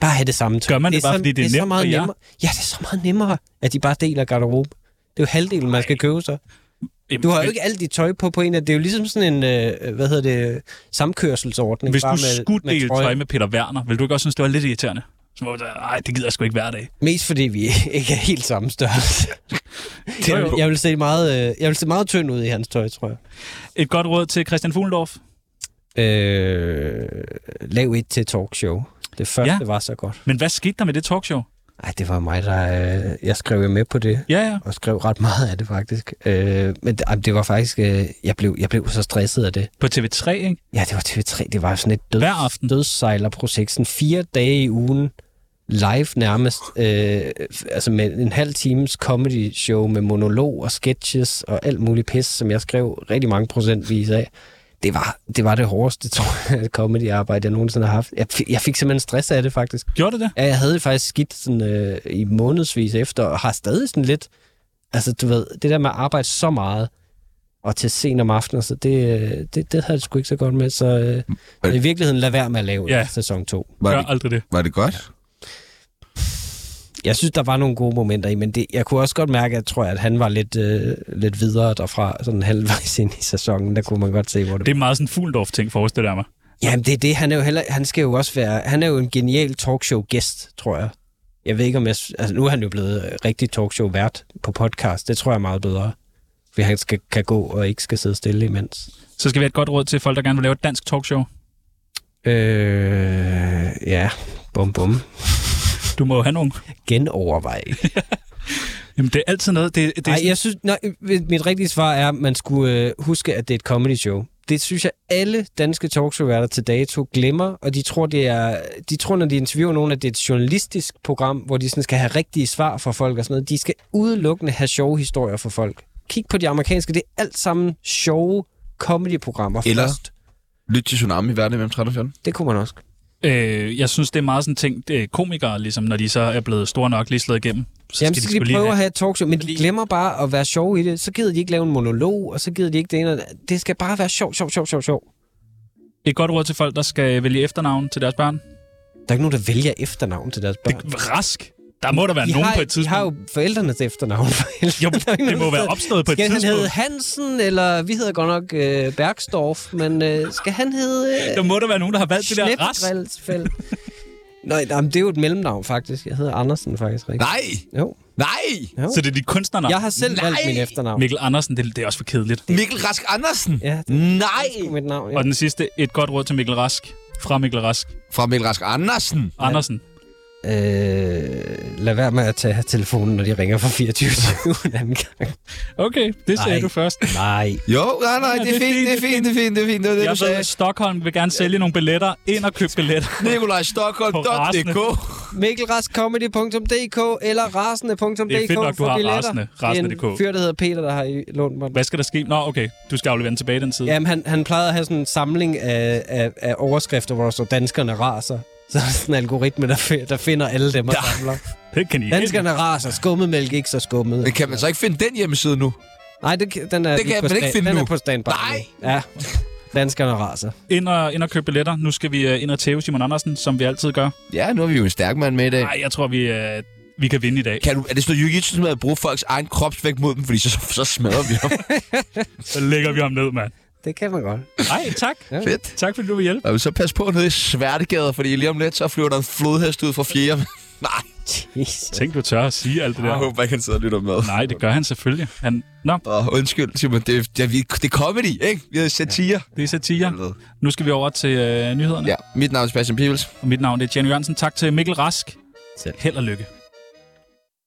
[SPEAKER 4] Bare have det samme tøj.
[SPEAKER 3] Gør man det
[SPEAKER 4] er
[SPEAKER 3] bare,
[SPEAKER 4] så,
[SPEAKER 3] fordi det er
[SPEAKER 4] så
[SPEAKER 3] nemt
[SPEAKER 4] meget
[SPEAKER 3] for jer?
[SPEAKER 4] nemmere. Ja, det er så meget nemmere, at de bare deler garderobe. Det er jo halvdelen, man skal købe sig.
[SPEAKER 3] Jamen,
[SPEAKER 4] Du har jo
[SPEAKER 3] hvis-
[SPEAKER 4] ikke alt dit tøj på på en af Det er jo ligesom sådan en, øh, hvad hedder det, samkørselsordning.
[SPEAKER 3] Hvis
[SPEAKER 4] bare
[SPEAKER 3] du
[SPEAKER 4] med-
[SPEAKER 3] skulle
[SPEAKER 4] med
[SPEAKER 3] dele
[SPEAKER 4] trøjer.
[SPEAKER 3] tøj med Peter Werner, ville du ikke også synes, det var lidt irriterende? Så var det, Ej, det gider jeg sgu ikke hver dag.
[SPEAKER 4] Mest fordi vi ikke er helt samme størrelse.
[SPEAKER 3] Jo, jo.
[SPEAKER 4] jeg, vil se meget, øh, jeg vil se meget tynd ud i hans tøj, tror jeg.
[SPEAKER 3] Et godt råd til Christian Fuglendorf.
[SPEAKER 4] Øh, lav et til talkshow. Det første
[SPEAKER 3] Ja.
[SPEAKER 4] ja. var så godt.
[SPEAKER 3] Men hvad skete der med det talkshow?
[SPEAKER 4] Ej, det var mig, der... Øh, jeg skrev jo med på det,
[SPEAKER 3] Ja, ja.
[SPEAKER 4] og skrev ret meget af det, faktisk. Øh, men det, ej, det var faktisk... Øh, jeg, blev, jeg blev så stresset af det.
[SPEAKER 3] På TV3, ikke?
[SPEAKER 4] Ja, det var TV3. Det var sådan et død,
[SPEAKER 3] Hver aften.
[SPEAKER 4] dødssejlerprojekt. Sådan fire dage i ugen live nærmest, øh, f- altså med en halv times comedy show med monolog og sketches og alt muligt pis, som jeg skrev rigtig mange procentvis af. Det var det, var det hårdeste, tror jeg, comedy-arbejde, jeg nogensinde har haft. Jeg, fik- jeg fik simpelthen stress af det, faktisk.
[SPEAKER 3] Gjorde du det?
[SPEAKER 4] Ja, jeg havde det faktisk skidt sådan, øh, i månedsvis efter, og har stadig sådan lidt... Altså, du ved, det der med at arbejde så meget, og til sen om aftenen, så det, øh, det, det havde jeg det sgu ikke så godt med. Så, øh, så i virkeligheden, lad være med at lave
[SPEAKER 3] Ja.
[SPEAKER 4] ja. sæson 2.
[SPEAKER 1] Var
[SPEAKER 3] Gør
[SPEAKER 1] det,
[SPEAKER 3] aldrig det.
[SPEAKER 1] var det godt?
[SPEAKER 4] Jeg synes, der var nogle gode momenter i, men det, jeg kunne også godt mærke, at jeg tror, at han var lidt, øh, lidt videre derfra, sådan halvvejs ind i sæsonen. Der kunne man godt se, hvor det...
[SPEAKER 3] Det er meget sådan en Fuglendorf-ting, forestiller jeg mig.
[SPEAKER 4] Jamen, det er det. Han, er jo heller, han skal jo også være... Han er jo en genial talkshow-gæst, tror jeg. Jeg ved ikke, om jeg... s- Altså, nu er han jo blevet øh, rigtig talkshow-vært på podcast. Det tror jeg er meget bedre. Fordi han skal, kan gå og ikke skal sidde stille imens.
[SPEAKER 3] Så skal vi have et godt råd til folk, der gerne vil lave et dansk talkshow.
[SPEAKER 4] Øh, ja, bum bum.
[SPEAKER 3] Du må jo have nogle.
[SPEAKER 4] Genovervej.
[SPEAKER 3] Jamen, det er altid noget. Det, det er
[SPEAKER 4] Nej,
[SPEAKER 3] sådan,
[SPEAKER 4] jeg synes, nej, øh, mit rigtige svar er, at man skulle øh, huske, at det er et comedy show. Det synes jeg, alle danske talkshowværter til dato glemmer, og de tror, det er, de tror, når de interviewer nogen, at det er et journalistisk program, hvor de sådan skal have rigtige svar fra folk og sådan noget. De skal udelukkende have sjove historier fra folk. Kig på de amerikanske, det er alt sammen sjove comedy-programmer
[SPEAKER 1] Eller-
[SPEAKER 4] først.
[SPEAKER 1] Lyt til Tsunami hverdag mellem 13 og 14.
[SPEAKER 4] Det kunne man også.
[SPEAKER 3] øh, jeg synes, det er meget sådan en ting, det er komikere, ligesom, når de så er blevet store nok, lige slået igennem. Så
[SPEAKER 4] Jamen, så skal de prøve at have et talkshow, men de
[SPEAKER 3] Lige-
[SPEAKER 4] glemmer bare at være sjove i det. Så gider de ikke lave en monolog, og så gider de ikke det ene. og det- Det skal bare være sjov, sjov, sjov, sjov, sjov.
[SPEAKER 3] Et godt råd til folk, der skal vælge efternavn til deres børn.
[SPEAKER 4] Der er ikke nogen, der vælger efternavn til deres børn.
[SPEAKER 3] Det, rask. Der må der være
[SPEAKER 4] de
[SPEAKER 3] nogen
[SPEAKER 4] har,
[SPEAKER 3] på et tidspunkt.
[SPEAKER 4] De har jo forældrenes efternavn. For helvede.
[SPEAKER 3] Jo,
[SPEAKER 4] Der er ikke
[SPEAKER 3] det må
[SPEAKER 4] nogen,
[SPEAKER 3] være
[SPEAKER 4] der-
[SPEAKER 3] opstået på et
[SPEAKER 4] Skal han hedde
[SPEAKER 3] tidspunkt.
[SPEAKER 4] Hansen, eller vi hedder godt nok øh, Bergsdorf, men øh, skal han hedde
[SPEAKER 3] Der
[SPEAKER 4] øh,
[SPEAKER 3] må der være nogen, der har valgt det der rask.
[SPEAKER 4] Schnitzfeld? Nej, nej, men det er jo et mellemnavn faktisk. Jeg hedder Andersen faktisk, rigtigt?
[SPEAKER 1] Nej!
[SPEAKER 4] Jo.
[SPEAKER 1] Nej!
[SPEAKER 4] jo.
[SPEAKER 3] Så det er dit kunstnernavn.
[SPEAKER 4] Jeg har selv valgt mit efternavn.
[SPEAKER 3] Mikkel Andersen, det, det er også for kedeligt.
[SPEAKER 1] Mikkel Rask Andersen!
[SPEAKER 4] Ja, det
[SPEAKER 1] Nej!
[SPEAKER 4] er sgu mit navn. Ja.
[SPEAKER 3] Og den sidste, et godt råd til Mikkel Rask. Fra Mikkel Rask.
[SPEAKER 1] Fra Mikkel Rask Andersen.
[SPEAKER 3] Andersen.
[SPEAKER 4] Øh, lad være med at tage telefonen, når de ringer fra 24 en anden gang.
[SPEAKER 3] Okay, det sagde
[SPEAKER 4] Nej.
[SPEAKER 3] du først.
[SPEAKER 4] Nej.
[SPEAKER 1] Jo, nej, nej, det er fint, det er fint, det er fint, det er fint. Det var det,
[SPEAKER 3] Jeg
[SPEAKER 1] du
[SPEAKER 3] ved,
[SPEAKER 1] sagde.
[SPEAKER 3] at Stockholm vil gerne sælge nogle billetter. Ind og køb billetter. På rasende.
[SPEAKER 1] NikolajStockholm.dk
[SPEAKER 4] MikkelRaskComedy.dk eller rasende.dk
[SPEAKER 3] Det er fedt nok, du
[SPEAKER 4] for
[SPEAKER 3] har
[SPEAKER 4] billetter.
[SPEAKER 3] rasende-
[SPEAKER 4] Det
[SPEAKER 3] rasende.dk.
[SPEAKER 4] er en fyr, der hedder Peter, der har i- lånt mig den.
[SPEAKER 3] Hvad skal der ske? Nå, okay. Du skal aflevere den tilbage den side.
[SPEAKER 4] Jamen, han, han plejede at have sådan en samling af, af, af overskrifter, hvor der står, danskerne raser. Så er der sådan en algoritme, der, fi- der finder alle dem og samler.
[SPEAKER 3] Det kan I ikke.
[SPEAKER 4] Danskerne raser, skummetmælk ikke så skummet.
[SPEAKER 1] Men kan man så ikke finde den hjemmeside nu?
[SPEAKER 4] Nej, det, kan- den er,
[SPEAKER 1] Det kan
[SPEAKER 4] lige på
[SPEAKER 1] man ikke
[SPEAKER 4] stand-
[SPEAKER 1] finde
[SPEAKER 4] den
[SPEAKER 1] nu.
[SPEAKER 4] er på standby.
[SPEAKER 1] Nej.
[SPEAKER 4] nu. Ja, danskerne raser.
[SPEAKER 3] Ind og, ind og køb billetter. Nu skal vi øh, ind og tæve Simon Andersen, som vi altid gør.
[SPEAKER 1] Ja, nu er vi jo en stærk mand med i dag.
[SPEAKER 3] Nej, jeg tror, vi, øh, vi kan vinde i dag.
[SPEAKER 1] Kan du, er det sådan noget jiu-jitsu med at bruge folks egen kropsvægt mod dem, fordi så, så smadrer vi ham?
[SPEAKER 3] Så lægger vi ham ned, mand.
[SPEAKER 4] Det kan man godt.
[SPEAKER 3] Nej, tak.
[SPEAKER 1] Fedt.
[SPEAKER 3] Tak, fordi du vil hjælpe.
[SPEAKER 1] Og så pas på nede i Sværtegader, fordi lige om lidt, så flyver der en flodhest ud fra fjerde. Nej,
[SPEAKER 4] Jesus.
[SPEAKER 3] Tænk, du tør at sige alt det
[SPEAKER 1] jeg
[SPEAKER 3] der.
[SPEAKER 1] håber ikke, han sidder og lytter med.
[SPEAKER 3] Nej, det gør han selvfølgelig. Han... Nå,
[SPEAKER 1] Åh, undskyld, Simon. Det, er- det, er- vi- det er comedy, ikke? Vi er satire.
[SPEAKER 3] det er satire. Nu skal vi over til øh, nyhederne.
[SPEAKER 1] Ja, mit navn er Sebastian Pibels.
[SPEAKER 3] Og mit navn det er Jan Jørgensen. Tak til Mikkel Rask.
[SPEAKER 4] Selv.
[SPEAKER 3] Held og lykke.